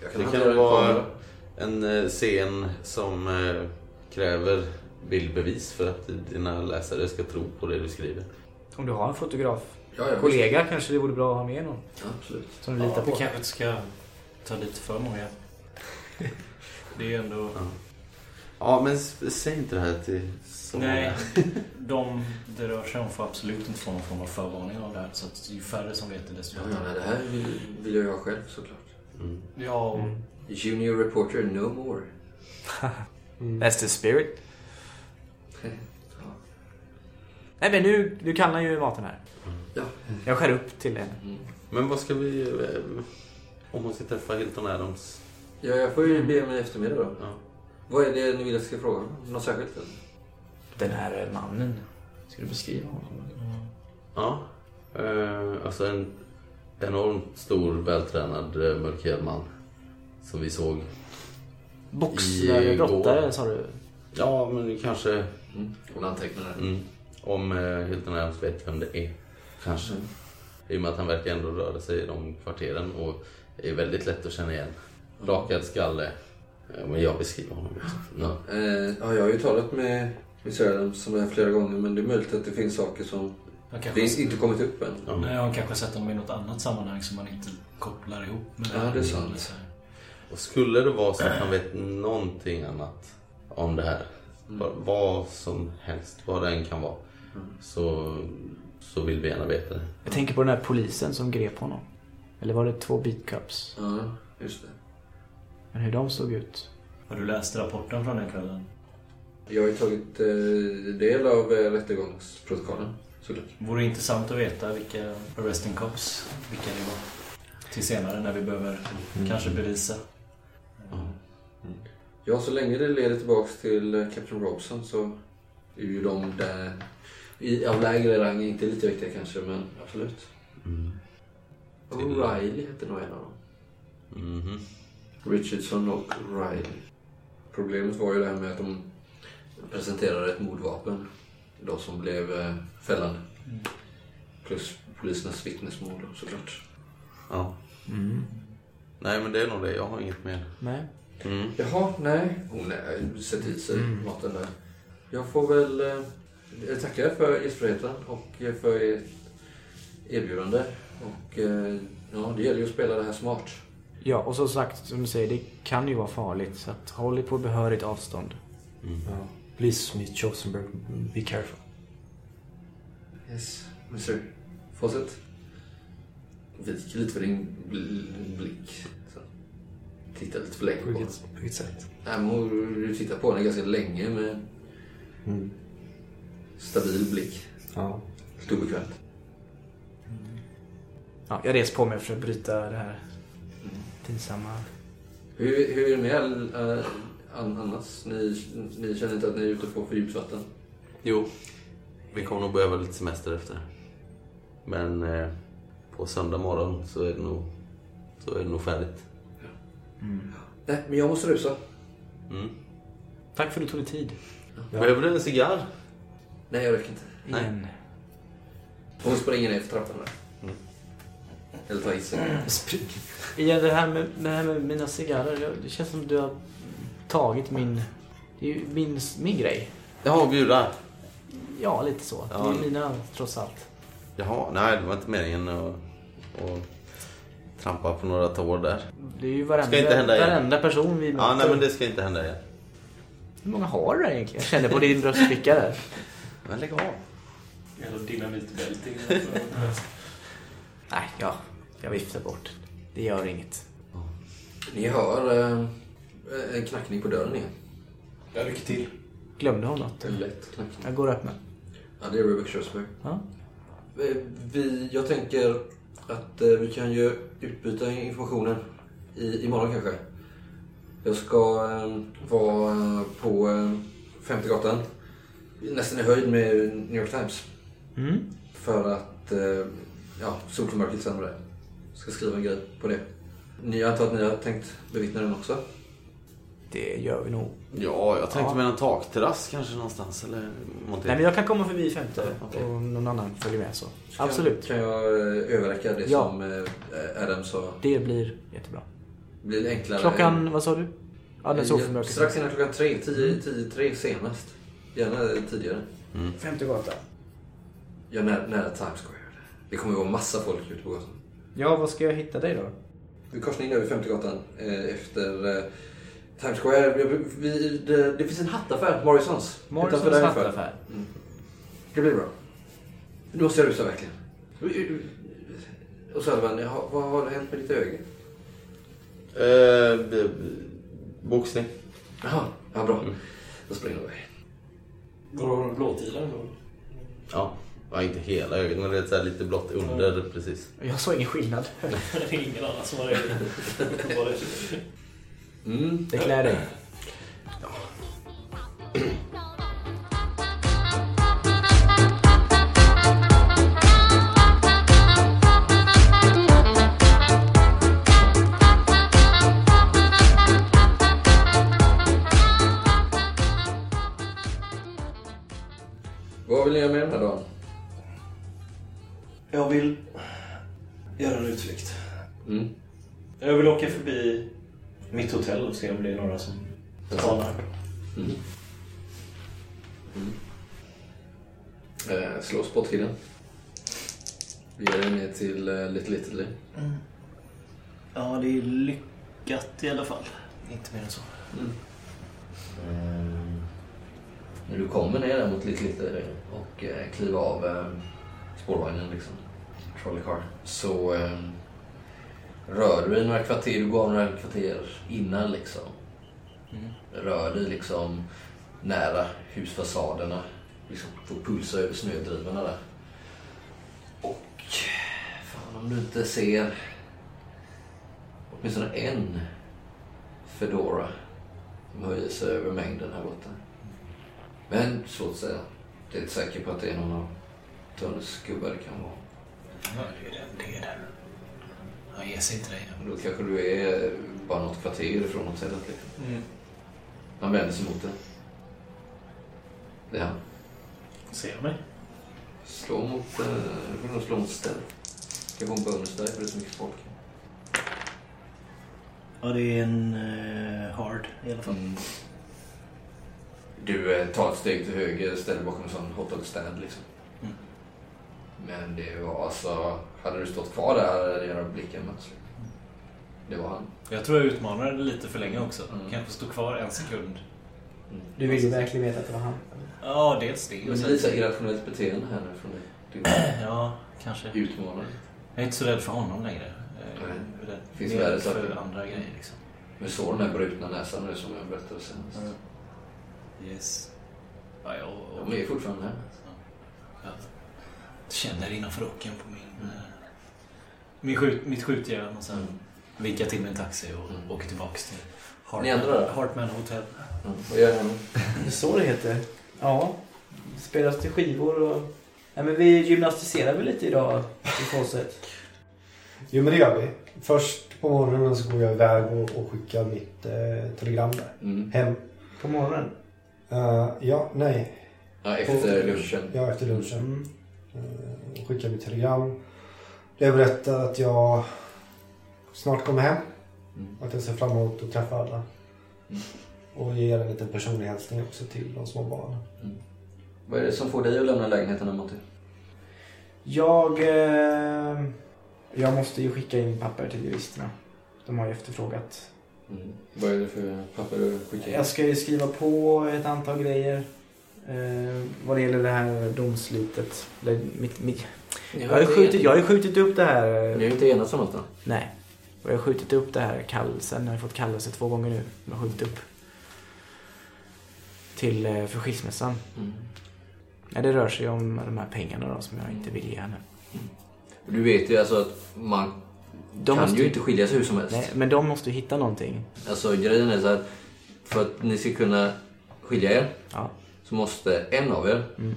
A: Jag kan
B: Det
A: hantera
B: kan
A: en
B: vara
A: kamera.
B: en eh, scen som eh, kräver bildbevis för att dina läsare ska tro på det du skriver.
H: om du har en fotograf,
A: Ja, ja,
H: kollega kanske det vore bra att ha med någon.
A: Ja, absolut.
H: Som du litar
D: Vi
H: på.
D: kanske inte ska ta lite för många. <laughs> Det är ju ändå...
B: Ja, men s- säg inte det här till så
D: Nej,
B: många.
D: <laughs> de det rör sig om får absolut inte få någon form av förvarning av det här. Så att ju färre som vet det desto
A: Ja, ja, nej, det här vill, vill jag ju ha själv såklart.
B: Mm.
D: Ja, och
A: Junior reporter no more.
G: Mm.
H: That's the spirit. Nej men nu, nu kan han ju maten här.
A: Ja.
H: Jag skär upp till henne.
A: Mm.
B: Men vad ska vi... eh, Om hon ska träffa Hilton Adams?
A: ja, jag får ju be om en eftermiddag då.
B: Ja.
A: Vad är det ni vill att jag ska fråga om? Något särskilt? eller?
H: Den här eh, mannen. Ska du beskriva honom?
B: Ja. Eh, alltså en enormt stor, vältränad, eh, mörkhyad man. Som vi såg.
H: Boxare,
B: I- går.
H: brottare sa du?
B: Ja, men kanske...
A: Mm. Hon antecknar det.
B: Mm, om eh, Hilton Adams vet vem det är. Kanske.
A: Mm.
B: I och med att han verkar ändå röra sig i de kvarteren och är väldigt lätt att känna igen. Rakad skalle. Eh, men jag beskriver honom. Ja.
A: Eh, ja, jag har ju talat med Miss Adams om det här flera gånger men det är möjligt att det finns saker som
D: jag
A: det
D: kanske...
A: är inte kommit upp än.
B: Ja.
D: Nej, jag har kanske sett dem i något annat sammanhang som man inte kopplar ihop med
A: Ja, det är sant.
D: Eller så här.
B: Och skulle det vara så att han vet någonting annat om det här, vad- vad som helst, vad det än kan vara,
A: Mm.
B: så, så vill vi gärna veta det.
H: Jag tänker på den här polisen som grep honom. Eller var det två beatcups?
A: Ja, just det.
H: Men hur de såg ut?
D: Har du läst rapporten från den kvällen?
A: Jag har ju tagit eh, del av eh, rättegångsprotokollen såklart.
D: Vore intressant att veta vilka arresting cops, vilka det var. Till senare när vi behöver Mm. kanske
F: Mm.
D: bevisa.
A: Ja, så länge det leder tillbaks till eh, Captain Robson så är ju de där i, av lägre rang inte lite viktiga kanske, men absolut.
B: Mm. Till-
A: O'Reilly hette nog en av dem.
B: Mhm.
A: Richardson och Riley. Problemet var ju det här med att de presenterade ett mordvapen. De som blev eh, fällande.
F: Mm.
A: Plus polisernas vittnesmål då, såklart.
B: Ja.
G: Mm.
B: Nej men det är nog det, jag har inget mer.
H: Nej.
B: Mm.
A: Jaha, nej. Hon oh, sätter i sig maten där. Jag får väl eh, tacka er för gästfriheten och eh, för ert erbjudande. Och eh, ja, det gäller ju att spela det här smart.
H: Ja, och som sagt, som du säger, det kan ju vara farligt. Så att håll er på behörigt avstånd.
B: Mm.
G: Ja. Please, Miss Josenberg, be careful.
A: Yes, Mr. Fawcett. Vik lite för din bl- blick. Så. Titta lite för länge på
G: På
A: honom.
G: vilket, på vilket sätt?
A: Nej, men hon- Du tittar på henne ganska länge med
G: Mm.
A: stabil blick.
G: Ja.
A: Lite obekvämt.
H: Ja, jag reser på mig för att bryta det här pinsamma...
A: Hur, hur är det med all, eh, an- annars? Ni, ni känner inte att ni är ute på för djupt vatten?
B: Jo, vi kommer nog behöva lite semester efter. Men eh, på söndag morgon så är det nog, så är det nog färdigt.
A: Nej, men jag måste rusa.
B: Mm.
H: Tack för att du tog dig tid.
B: Behöver du en cigarr?
A: Nej, jag räcker inte.
H: Igen.
A: Hon springer ner för trappan där. Eller tar hissen.
H: Igen, det här med, det här med mina cigarrer. jag- Det känns som du har tagit min... Det är ju min, min grej.
B: Jaha, bjuda.
H: Ja, lite så.
B: Ja.
H: Det är mina, trots allt.
B: Jaha, nej det var inte meningen att, att trampa på några tår där.
H: Det är ju varenda,
B: Ska inte hända igen.
H: varenda person vi möter.
B: Ja, nej men det ska inte hända igen.
H: Hur många har du egentligen? Jag känner på din bröstficka där.
B: Men lägg av.
F: Eller <laughs> dynamitbälting.
H: Nej, ja. Jag viftar bort. Det gör inget.
A: Ni hör eh, en knackning på dörren igen.
F: Jag rycker till.
H: Glömde hon något?
A: En lätt knack.
H: Jag går och öppnar.
A: Ja, det är Rubik körsbär.
H: Ja.
A: Eh, Vi, jag tänker att eh, vi kan ju utbyta informationen i, imorgon kanske. Jag ska eh, vara eh, på eh, Femte gatan. Nästan i höjd med New York Times.
H: Mm.
A: För att, eh, ja, Solförmörkelsen och det. Ska skriva en grej på det. Ni, jag antar att ni har tänkt bevittna den också?
H: Det gör vi nog.
B: Ja, jag tänkte
H: Ja.
B: med en takterrass kanske någonstans. Eller monter-
H: Nej men jag kan komma förbi femte
B: okej.
H: och någon annan följer med så.
A: Kan-
H: Absolut.
A: Kan jag eh, överräcka det
H: Ja.
A: som eh, Adam sa?
H: Det blir jättebra.
A: Blir det enklare?
H: Klockan, vad sa du? Ja, den
A: Eh,
H: såg förmörkelsen.
A: Strax innan klockan tre.
H: Mm.
A: Tio, tio, tre senast. Gärna eh, tidigare.
B: Mm.
E: Femte gatan.
A: Ja, nära, nära Times Square. Det kommer vara massa folk ute på gatan.
H: Ja, vad ska jag hitta dig då?
A: Vid korsningen över Femte gatan eh, efter eh, Times Square. Vi, vi, det, det finns en hattaffär, Morrisons.
H: Morrisons
A: utanför där ungefär.
H: hattaffär.
A: Mm. Det blir bra. Nu måste jag rusa verkligen. Och Söderman, ja, vad har hänt med ditt öga?
B: Eh, b- b- boxning.
A: Jaha, ja bra.
H: Mm.
A: Då springer jag iväg.
F: Var har de blåtila då?
B: Ja, ja inte hela ögat men det är så här lite blått under precis.
H: Jag såg ingen skillnad.
F: <laughs>
H: <laughs>
F: Det är ingen annan som har det. Var det-
A: Mm.
H: Det klär dig.
A: Vad vill ni göra med den här dagen?
F: Jag vill göra en utflykt.
A: Mm.
F: Jag vill åka förbi mitt hotell och se om det är några som spanar.
A: Mm. Eh, slå spottkillen. Vi ger den ner till eh, Little Italy.
F: Ja, det är lyckat i alla fall. Inte mer än så.
A: När Eh, du kommer ner där mot Little Italy och eh, kliver av eh, spårvagnen, liksom, trolley car, så eh, rör du dig några kvarter, du går av några kvarter innan liksom. Rör dig liksom nära husfasaderna, liksom får pulsa över snödrivorna där. Och fan om du inte ser åtminstone en Fedora som höjer sig över mängden här borta. Men svårt att säga. Det är inte säker på att det är någon av Tönnes gubbar det kan vara.
D: Ja, det är den. Det är den. Han ger sig inte dig.
A: Men då kanske du är bara något kvarter ifrån hotellet. Liksom.
D: Mm.
A: Han vänder sig mot dig. Det är han.
F: Ser jag mig?
A: Slå mot... eh, Du får nog slå mot ställ. Ska få en bonus där för det är så mycket folk.
F: Ja, det är en eh, hard i alla fall.
A: Mm. Du eh, tar ett steg till höger, ställer bakom en sån hotdog stand liksom.
F: Mm.
A: Men det var alltså... Hade du stått kvar där hade era blicken mötts. liksom. Det var han.
D: Jag tror jag utmanade det lite för länge också.
A: Mm.
D: Kanske stod kvar en sekund.
E: Du vill ju verkligen veta att det var han.
D: Ja, dels det.
A: Men
D: och
A: det är
D: sen-
A: lite så här irrationellt beteende här nu från dig. Du <clears throat>
D: Ja, kanske.
A: är utmanande.
D: Jag är inte så rädd för honom längre. Eh,
A: Nej.
D: jag är rädd-
A: Finns
D: mer
A: värre
D: rädd
A: saker.
D: för andra grejer liksom.
A: Men såg den här brutna näsan nu som jag berättade senast?
D: Mm. Yes. Ja, jag, och,
A: De är fortfarande här.
D: jag känner innanför rocken på min...
A: Mm.
D: eh, Min skjut, mitt skjutjärn och sen vinkar till mig en taxi och åker tillbaks till
A: Mm. Ni andra då?
D: Hartman, Hartman Hotel.
A: Vad gör han?
E: Det är så det heter. Ja. Det spelas till skivor och... Nej men vi gymnastiserar väl lite idag i Fawcett.
G: Jo men det gör vi. Först på morgonen så går jag iväg och, och skickar mitt eh, telegram där.
A: Mm.
G: Hem.
E: På morgonen.
G: Eh, ja, nej.
A: Ja, efter lunchen.
G: Ja, efter lunchen. Eh, och skickar mitt telegram. Där jag berättar att jag snart kommer hem.
A: Mm.
G: Och att jag ser fram emot att träffa alla. Och ger en liten personlig hälsning också till de små barnen.
A: Vad är det som får dig att lämna lägenheten här, Monty?
E: Jag... Eh, jag måste ju skicka in papper till juristerna. De har ju efterfrågat.
A: Mm. Vad är det för papper du skickar in?
E: Jag ska ju skriva på ett antal grejer. Eh, vad det gäller det här domslutet. Eller mitt, mitt, jag, har ju skjutit, jag har ju skjutit upp det här. eh,
A: Ni har ju inte enats om något då?
E: Nej. Och jag har skjutit upp det här kallelsen. Jag har fått kallelse två gånger nu. Jag har skjutit upp.
H: till eh, för skilsmässan.
A: Mm.
H: Ja, det rör sig om de här pengarna då som jag inte vill ge henne.
A: Du vet ju alltså att man
H: De
A: kan
H: måste
A: ju
H: ju-
A: inte skilja sig hur som helst.
H: Nej, men de måste ju hitta någonting.
A: Alltså grejen är så här, för att ni ska kunna skilja er så måste en av er
H: Mm.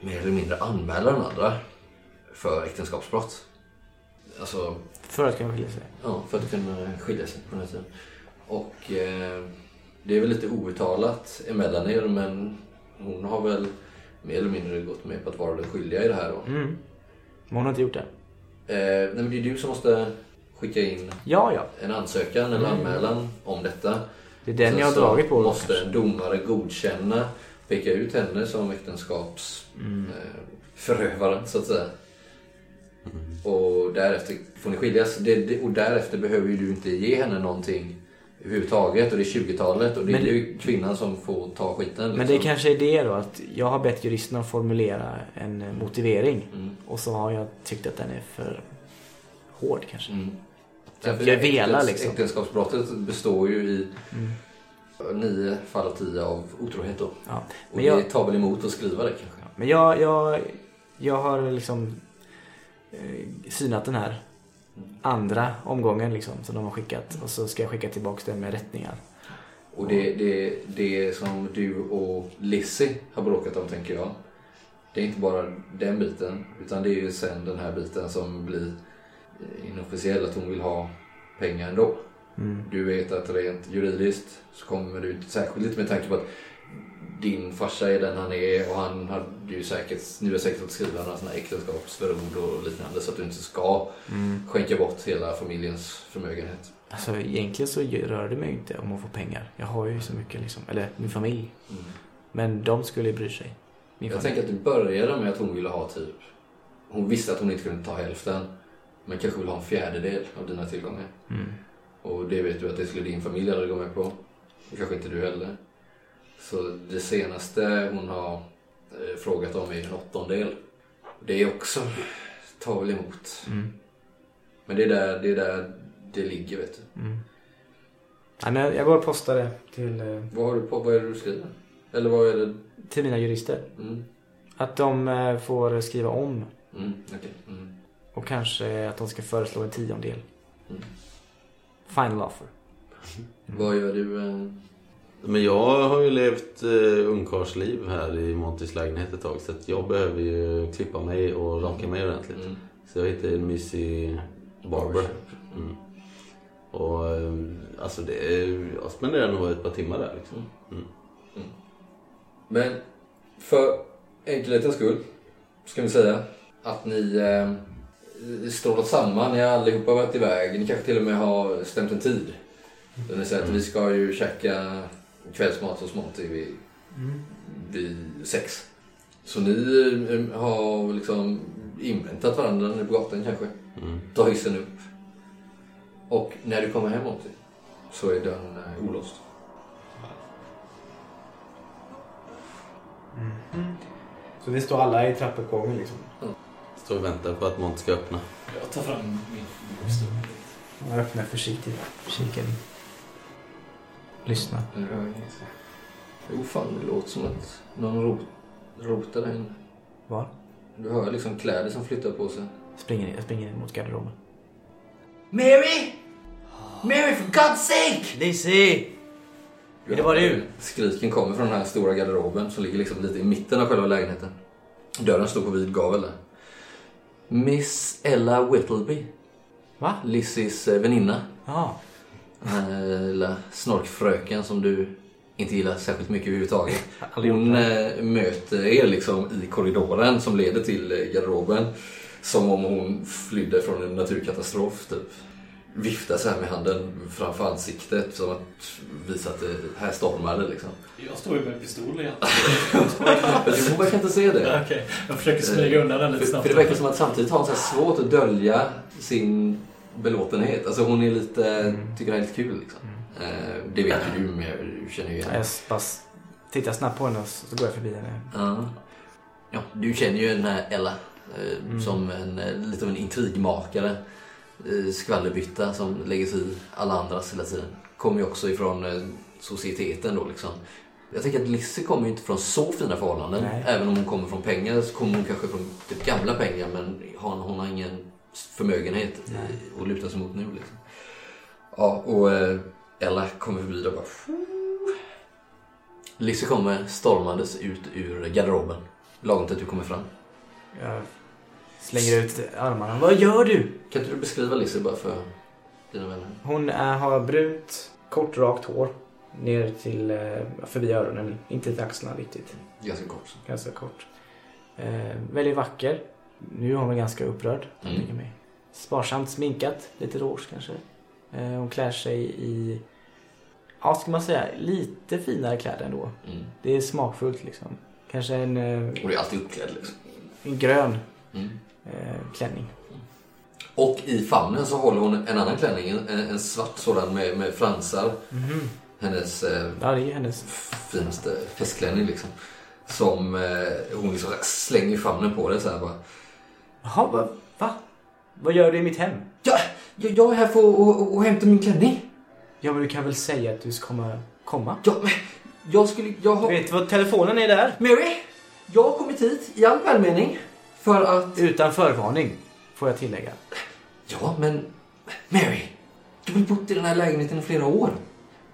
A: mer eller mindre anmäla den andra för äktenskapsbrott. Alltså,
H: För att kunna skilja sig.
A: ja, för att kunna skilja sig på den här tiden. Och eh, det är väl lite outtalat emellan er men hon har väl mer eller mindre gått med på att vara den skyldiga i det här då.
H: Mm. Men hon har inte gjort det.
A: Eh, nej, men det är du som måste skicka in
H: Ja, ja.
A: en ansökan eller
H: Mm.
A: anmälan om detta.
H: Det är den
A: Sen
H: jag har
A: så
H: dragit på då,
A: måste en domare godkänna, peka ut henne som äktenskapsförövare
H: Mm.
A: eh, förövare, så att säga.
H: Mm.
A: Och därefter får ni skiljas. Det, det, och därefter behöver ju du inte ge henne någonting överhuvudtaget. Och det är 20-talet och det
H: Men-
A: är ju kvinnan som får ta skiten.
H: Men det
A: liksom.
H: kanske är det då att jag har bett juristerna att formulera en eh, motivering.
A: Mm.
H: Och så har jag tyckt att den är för hård kanske.
A: Mm. Därför
H: Jag velar
A: äktens-
H: liksom.
A: Äktenskapsbrottet består ju i
H: Mm.
A: nio fall av tio av otrohet då.
H: Ja,
A: Och
H: men jag-
A: det tar väl emot att skriva det kanske.
H: Men jag, jag, jag har liksom eh, synat den här andra omgången liksom som de har skickat. Och så ska jag skicka tillbaka den med rättningar.
A: Och det, det, det som du och Lizzie har bråkat om tänker jag. Det är inte bara den biten. Utan det är ju sen den här biten som blir inofficiell. Att hon vill ha pengar ändå.
H: Mm.
A: Du vet att rent juridiskt så kommer du ut särskilt lite med tanke på att din farsa är den han är och han har ju säkert, nu är säkert fått skriva några sådana äktenskapsförord och liknande så att du inte ska
H: Mm.
A: skänka bort hela familjens förmögenhet.
H: Alltså egentligen så rör det mig ju inte om att få pengar. Jag har ju så mycket liksom. Eller min familj.
A: Mm.
H: Men de skulle ju bry sig. Min
A: Jag
H: familj.
A: tänker att det började med att hon ville ha typ... Hon visste att hon inte kunde ta hälften. Men kanske ville ha en fjärdedel av dina tillgångar.
H: Mm.
A: Och det vet du att det skulle din familj aldrig gå med på. Och kanske inte du heller. Så det senaste hon har eh, frågat om är en åttondel. Det är också... Tar väl emot.
H: Mm.
A: Men det är där det, är där det ligger vet du.
H: Mm. Nej, men jag, jag går och postar det till, eh,
A: Vad, har du på, vad är det du skriver? Eller vad är det...
H: till mina jurister.
A: Mm.
H: Att de eh, får skriva om
A: Mm, okej. Mm.
H: och kanske att de ska föreslå en tiondel.
A: Mm.
H: Final offer. Mm.
A: Vad gör du? eh?
B: Men jag har ju levt eh, ungkarlsliv här i Montys lägenhet ett tag så att jag behöver ju klippa mig och raka mig ordentligt.
A: Mm.
B: Så jag hittade en mysig barber. Mm. Och eh, alltså det, jag spenderar nog ett par timmar där liksom. Mm.
A: Men för enkelhetens skull ska vi säga att ni eh, strålat samman. Ni har allihopa varit iväg. Ni kanske till och med har stämt en tid. Där ni säger att vi ska ju käka kvällsmat hos Monty vid,
G: Mm.
A: vid sex. Så ni eh, har liksom inväntat varandra nere på gatan kanske.
B: Mm.
A: Ta hissen upp. Och när du kommer hem Monty så är dörren eh, olåst.
E: Mm. Så vi står alla i trappuppgången liksom.
B: Står och väntar på att Monty ska öppna.
F: Jag tar fram min blomstol.
E: Man öppnar försiktigt.
H: Kika in. Lyssna.
A: Den rör inget. Jo, fan, det låter som att någon rot, rotar där inne.
H: Var?
A: Du hör liksom kläder som flyttar på sig.
H: Springer in, jag springer in mot garderoben.
J: Mary! Mary, for God's sake!
H: Lizzie!
A: Du det var du! Skriken kommer från den här stora garderoben som ligger liksom lite i mitten av själva lägenheten. Dörren står på vid gavel där. Miss Ella Whittleby.
H: Va?
A: Lizzies eh, väninna.
H: Ja.
A: Den här eh, lilla snorkfröken som du inte gillar särskilt mycket överhuvudtaget.
H: Aldrig gjort
A: Hon eh, möter er liksom i korridoren som leder till eh, garderoben. Som om hon flydde från en naturkatastrof typ. Viftar så här med handen framför ansiktet som att visa att det här stormar det liksom.
F: Jag står ju med pistol
A: <laughs>
F: igen.
A: Hon verkar inte se det.
F: Okej, jag försöker smyga undan den lite
A: Eh, För-
F: snabbt.
A: För det verkar som att samtidigt har hon så här svårt att dölja sin belåtenhet. Alltså hon är lite, tycker det här är lite kul liksom. Eh, Det vet ju du, men jag- du känner ju igen
H: Mm. Jag bara s- tittar snabbt på henne och så går jag förbi henne.
A: Ja. ja, du känner ju den här Ella eh,
H: Mm.
A: som en, eh, lite av en intrigmakare. Eh, skvallerbytta som lägger sig i alla andras hela tiden. Kommer ju också ifrån eh, societeten då liksom. Jag tänker att Lizzie kommer ju inte från så fina förhållanden.
H: Nej.
A: Även om hon kommer från pengar så kommer hon kanske från typ gamla pengar men hon, hon har ingen förmögenhet i- att luta sig mot nu. Liksom. Ja, och eh, Ella kommer förbi och bara... Lizzie kommer stormandes ut ur garderoben. Lagom till att du kommer fram.
H: Jag slänger ut armarna. Vad gör du?
A: Kan inte du beskriva Lizzie bara för dina vänner?
H: Hon är, har brunt, kort rakt hår. Ner till, eh, förbi öronen. Inte till axlarna riktigt.
A: Ganska kort.
H: Ganska kort. Eh, väldigt vacker. Nu är hon väl ganska upprörd. kan jag
A: Mm.
H: tänka mig. Sparsamt sminkat. Lite rouge kanske. Eh, hon klär sig i, ja ska man säga, lite finare kläder ändå.
A: Mm.
H: Det är smakfullt liksom. Kanske en, eh,
A: Hon är alltid uppklädd liksom.
H: en grön
A: Mm.
H: eh, klänning.
A: Och i famnen så håller hon en annan klänning, en, en svart sådan med, med fransar.
H: Mhm.
A: Hennes eh,
H: Ja, det är ju hennes.
A: finaste festklänning liksom. Som eh, hon liksom slänger i famnen på dig så här bara.
H: Jaha, va? va? Vad gör du i mitt hem?
A: Ja, jag, jag är här för att och, och hämta min klänning.
H: Ja, men du kan väl säga att du ska komma? komma?
A: Ja, men jag skulle... Jag har...
H: Vet du vad telefonen är där?
A: Mary! Jag har kommit hit i all välmening för att...
H: Utan förvarning, får jag tillägga.
A: Ja, men Mary! Du har ju bott i den här lägenheten i flera år.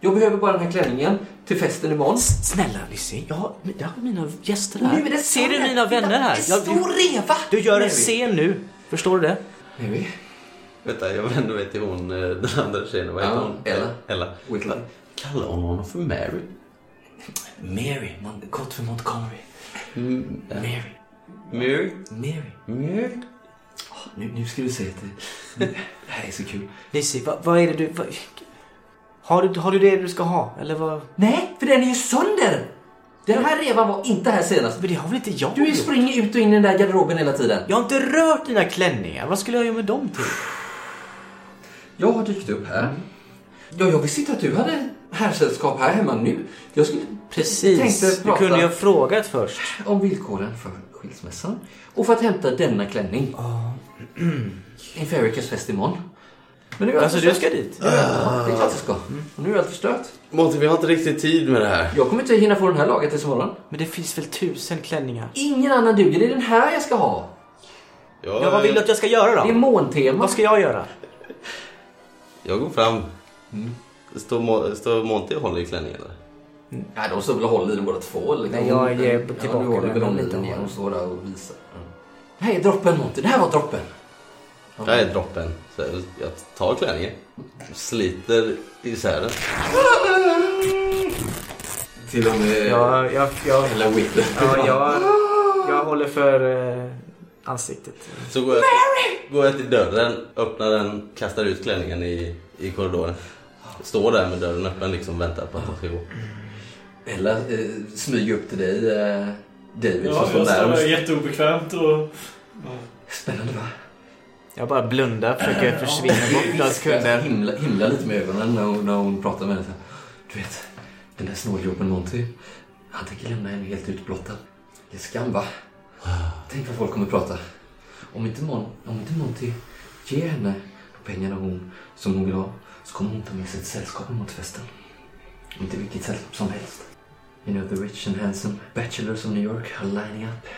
A: Jag behöver bara den här klänningen till festen imorgon.
H: Snälla Lizzie, jag har, jag har mina gäster
A: Nu är
H: här.
A: det
H: Ser du
A: sant.
H: mina vänner här?
A: En
H: Jag-
A: stor reva!
H: Du gör en
A: Mary.
H: scen nu. Förstår du det?
A: Mary?
B: Vänta, jag vänder mig till hon, eh, den andra tjejen. Vad heter
A: Ja,
B: hon?
A: Ella.
B: Ella.
A: Whitlow.
B: Kallar hon honom för Mary?
A: Mary, man, gott för Montgomery.
B: Mm, ja.
A: Mary,
B: Mary?
A: Mary.
B: Mary?
A: Åh, Nu, nu ska du se att det, det här är så kul.
H: Lizzie, vad, vad är det du... Vad, har, du har du det du ska ha? Eller vad?
A: Nej, för den är ju sönder! Den här revan var inte här senast.
H: Men det har väl inte jag
A: Du
H: gjort?
A: springer ut och in i den där garderoben hela tiden.
H: Jag har inte rört dina klänningar. Vad skulle jag göra med dem till?
A: Jag har dykt upp här. Ja, jag visste inte att du hade herrsällskap här hemma nu. Jag skulle
H: Precis.
A: Tänkte
H: Du
A: prata.
H: kunde ju ha frågat först.
A: om villkoren för skilsmässan och för att hämta denna klänning. <clears throat> Inför Ericas fest imorgon. Men nu är allt
H: Alltså du
A: förstört.
H: ska dit?
A: Ja, det är klart jag ska. Och nu är allt förstört.
B: Monty, vi har inte riktigt tid med det här.
A: Jag kommer inte hinna få den här laget tills imorgon.
H: Men det finns väl tusen klänningar?
A: Ingen annan duger. Det är den här jag ska ha.
B: Jag,
H: Ja, vad vill du att jag ska göra
A: Det är
H: då?
A: måntema.
H: Vad ska jag göra?
B: jag går fram.
H: Mm.
B: Står, Mo- står Monty och håller i klänningen eller?
A: Nej, de står väl och håller i den båda två. eller?
H: Nej, jag
A: Hon-
H: ger
A: ja,
H: tillbaka
A: Du håller
H: den
A: väl om
H: lite
A: lite ner.
H: hårdare.
A: Hon står där och visar. Mm. Här är droppen Monty. Det här var droppen.
B: Det här är droppen. Så jag- jag tar klänningen. Sliter isär den.
A: Till och med...
H: Jag, jag, jag,
A: Eller Whittle.
H: ja, jag, jag håller för eh, ansiktet.
B: Så går jag, går jag till dörren, öppnar den, kastar ut klänningen i, i korridoren. Står där med dörren öppen liksom väntar på att de ska gå.
A: Eller eh, smyger upp till dig, eh, David, som
F: Ja,
A: står
F: jag står där
A: där.
F: jätteobekvämt och...
A: Spännande va?
H: Jag bara blundar och försöker försvinna bort bland
A: Jag
H: kunder.
A: himla, himla lite med ögonen när hon, när hon pratar med henne. så här, Du vet, den där snåljåpen Monty. Han tänker lämna henne helt utblottad. Det är skam va? Tänk vad folk kommer prata. Om inte, Mon, om inte Monty ger henne de pengarna hon, som hon vill ha så kommer hon ta med sig ett sällskap mot festen. Inte vilket sällskap som helst. You know the rich and handsome bachelors of New York are lining up.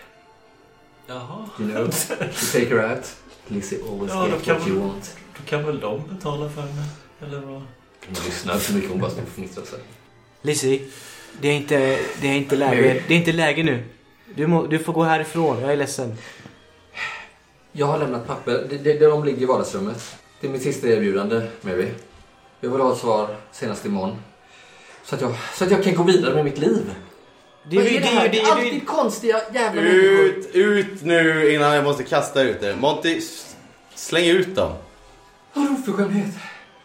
F: Jaha,
A: You know, to take her out. Lizzie always
F: Ja,
A: get
F: då kan
A: what you
F: man-
A: want.
F: då kan väl de betala för mig? Eller vad?
A: Hon lyssnar så mycket hon bara står och fnittrar sig.
H: Lizzie, det är inte, det är inte, läge, det är inte läge nu. Du, må, du får gå härifrån, jag är ledsen.
A: Jag har lämnat papper. Det, det, de ligger i vardagsrummet. Det är mitt sista erbjudande, Mary. Jag vill ha ett svar senast imorgon. Så att jag, så att jag kan gå vidare med mitt liv.
H: Det är ju- det är ju- det är ju-
A: Alltid konstiga jävla människor.
B: Ut, ut nu innan jag måste kasta ut er. Monty, s- släng ut dem.
A: Vad oförskämdhet.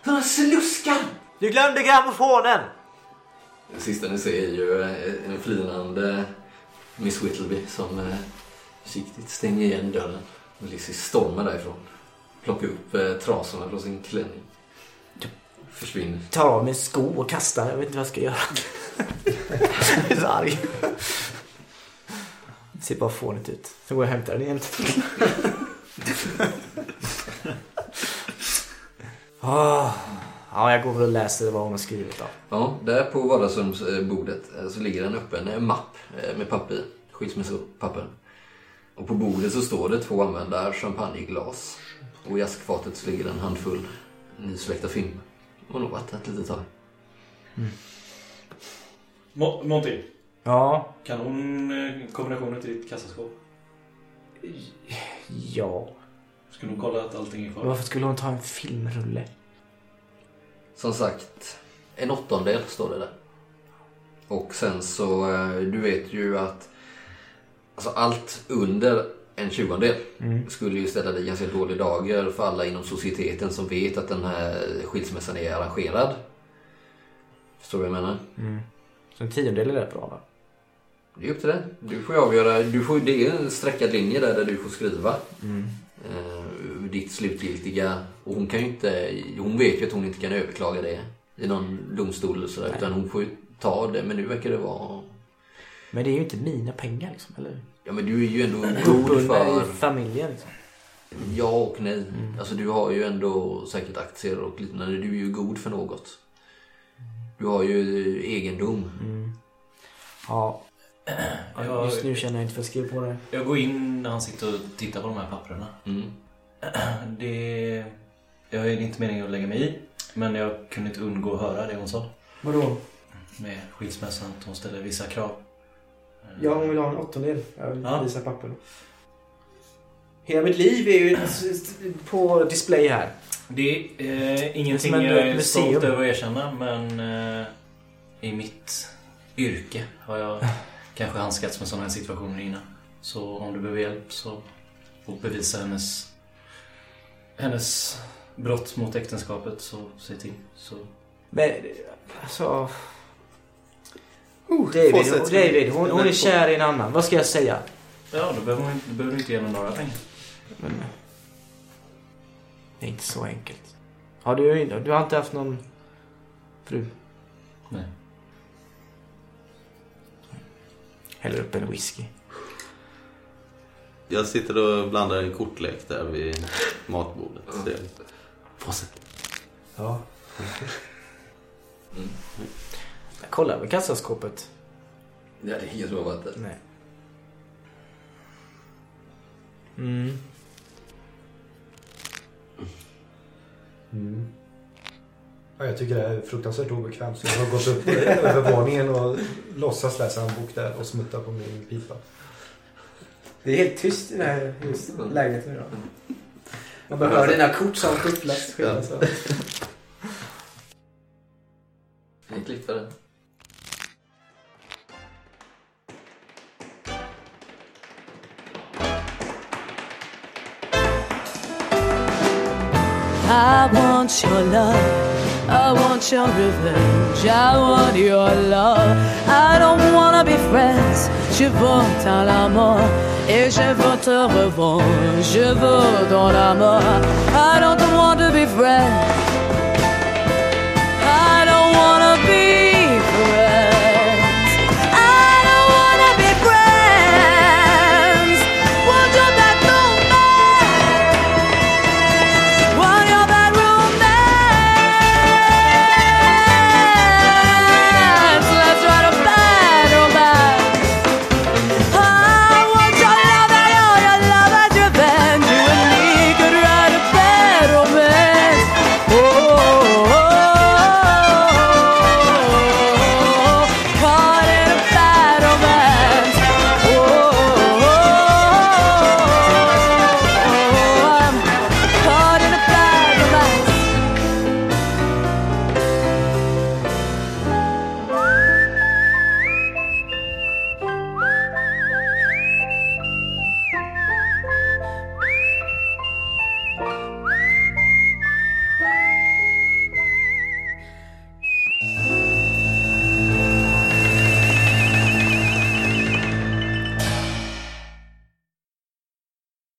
A: Sådana sluskar.
H: Du glömde grammofonen!
A: Det sista ni ser är ju eh, en flinande Miss Whittleby som eh, försiktigt stänger igen dörren. Och Lizzie stormar därifrån. Plockar upp eh, trasorna från sin klänning. Försvinner.
H: Tar av mig en sko och kastar, jag vet inte vad jag ska göra. <laughs> jag är så arg. Det ser bara fånigt ut. Sen går jag och hämtar den igen. <laughs> Ah, Ja, jag går väl och läser vad hon har skrivit då.
A: Ja, där på vardagsrumsbordet eh, så ligger en öppen eh, mapp eh, med papper i. Skilsmässopapper. Och på bordet så står det två använda champagneglas. Och i askfatet så ligger en handfull nysläckta film. Och nog vatten ett litet tag.
D: Mo- Monty,
H: Ja,
D: kan hon eh, kombinationen till ditt kassaskåp?
H: ja.
D: Ska hon kolla att allting är kvar?
H: Varför skulle hon ta en filmrulle?
A: Som sagt, en åttondel står det där. Och sen så, eh, du vet ju att alltså allt under en tjugondel skulle ju ställa dig i ganska dålig dager för alla inom societeten som vet att den här skilsmässan är arrangerad. Förstår du vad jag menar?
H: Så en tiondel är rätt bra va?
A: Det är upp till dig. Du får ju avgöra. Du får, det är en sträckad linje där, där du får skriva eh, ditt slutgiltiga. Och hon kan ju inte, hon vet ju att hon inte kan överklaga det i någon domstol eller sådär. Utan hon får ju ta det. Men nu verkar det vara...
H: Men det är ju inte mina pengar liksom, eller?
A: Ja men du är ju ändå god
H: Uppbundna i
A: för
H: familjen liksom.
A: ja och nej. Alltså du har ju ändå säkert aktier och liknande. Du är ju god för något. Du har ju egendom.
H: Mm. Ja.
D: Ja,
H: Just nu känner jag inte för att skriva på det.
D: Jag går in när han sitter och tittar på de här papperna.
A: Mm.
D: Det... Jag är inte meningen att lägga mig i, men jag kunde inte undgå att höra det hon sa.
K: Vadå?
D: Med skilsmässan, att hon ställer vissa krav.
K: Ja, hon vill ha en åttondel. Jag vill
D: Ja.
K: visa papperna. Hela mitt liv är ju...
H: <clears throat> På display här.
D: Det är eh, ingenting
H: Det är som
D: jag
H: en
D: är
H: museum.
D: stolt över att erkänna, men eh, i mitt yrke har jag
H: <laughs>
D: kanske handskats med sådana här situationer innan. Så om du behöver hjälp så och bevisa hennes, hennes brott mot äktenskapet så se till. Så.
H: Men alltså... David,
K: fortsätt.
H: David hon, hon är
K: Men-
H: kär i en annan. Vad ska jag säga?
D: Ja, då behöver, man, då behöver du inte ge henne några pengar.
H: Men, det är inte så enkelt. Har du, du har inte haft någon fru?
D: Nej.
H: Häller upp en whisky.
B: Jag sitter och blandar en kortlek där vid matbordet. Så jag... Fortsätt.
G: Ja.
H: Jag kollar över kassaskåpet.
A: Ja, det är inget bra vatten.
H: Nej. Mm.
G: Mm. Ja, jag tycker det här är fruktansvärt obekvämt. Så jag har gått upp över våningen och låtsas läsa en bok där och smutta på min pipa.
K: Det är helt tyst i det här just,
H: Mm.
K: lägenheten idag. Man behöver dina kort som kupplas. skiljas åt.
A: Ni klippte det.
L: I want your love. I want your revenge. I want your love. I don't wanna be friends. Je veux ta la mort. Et je veux te revendre. Je veux dans la mort. I don't want to be friends.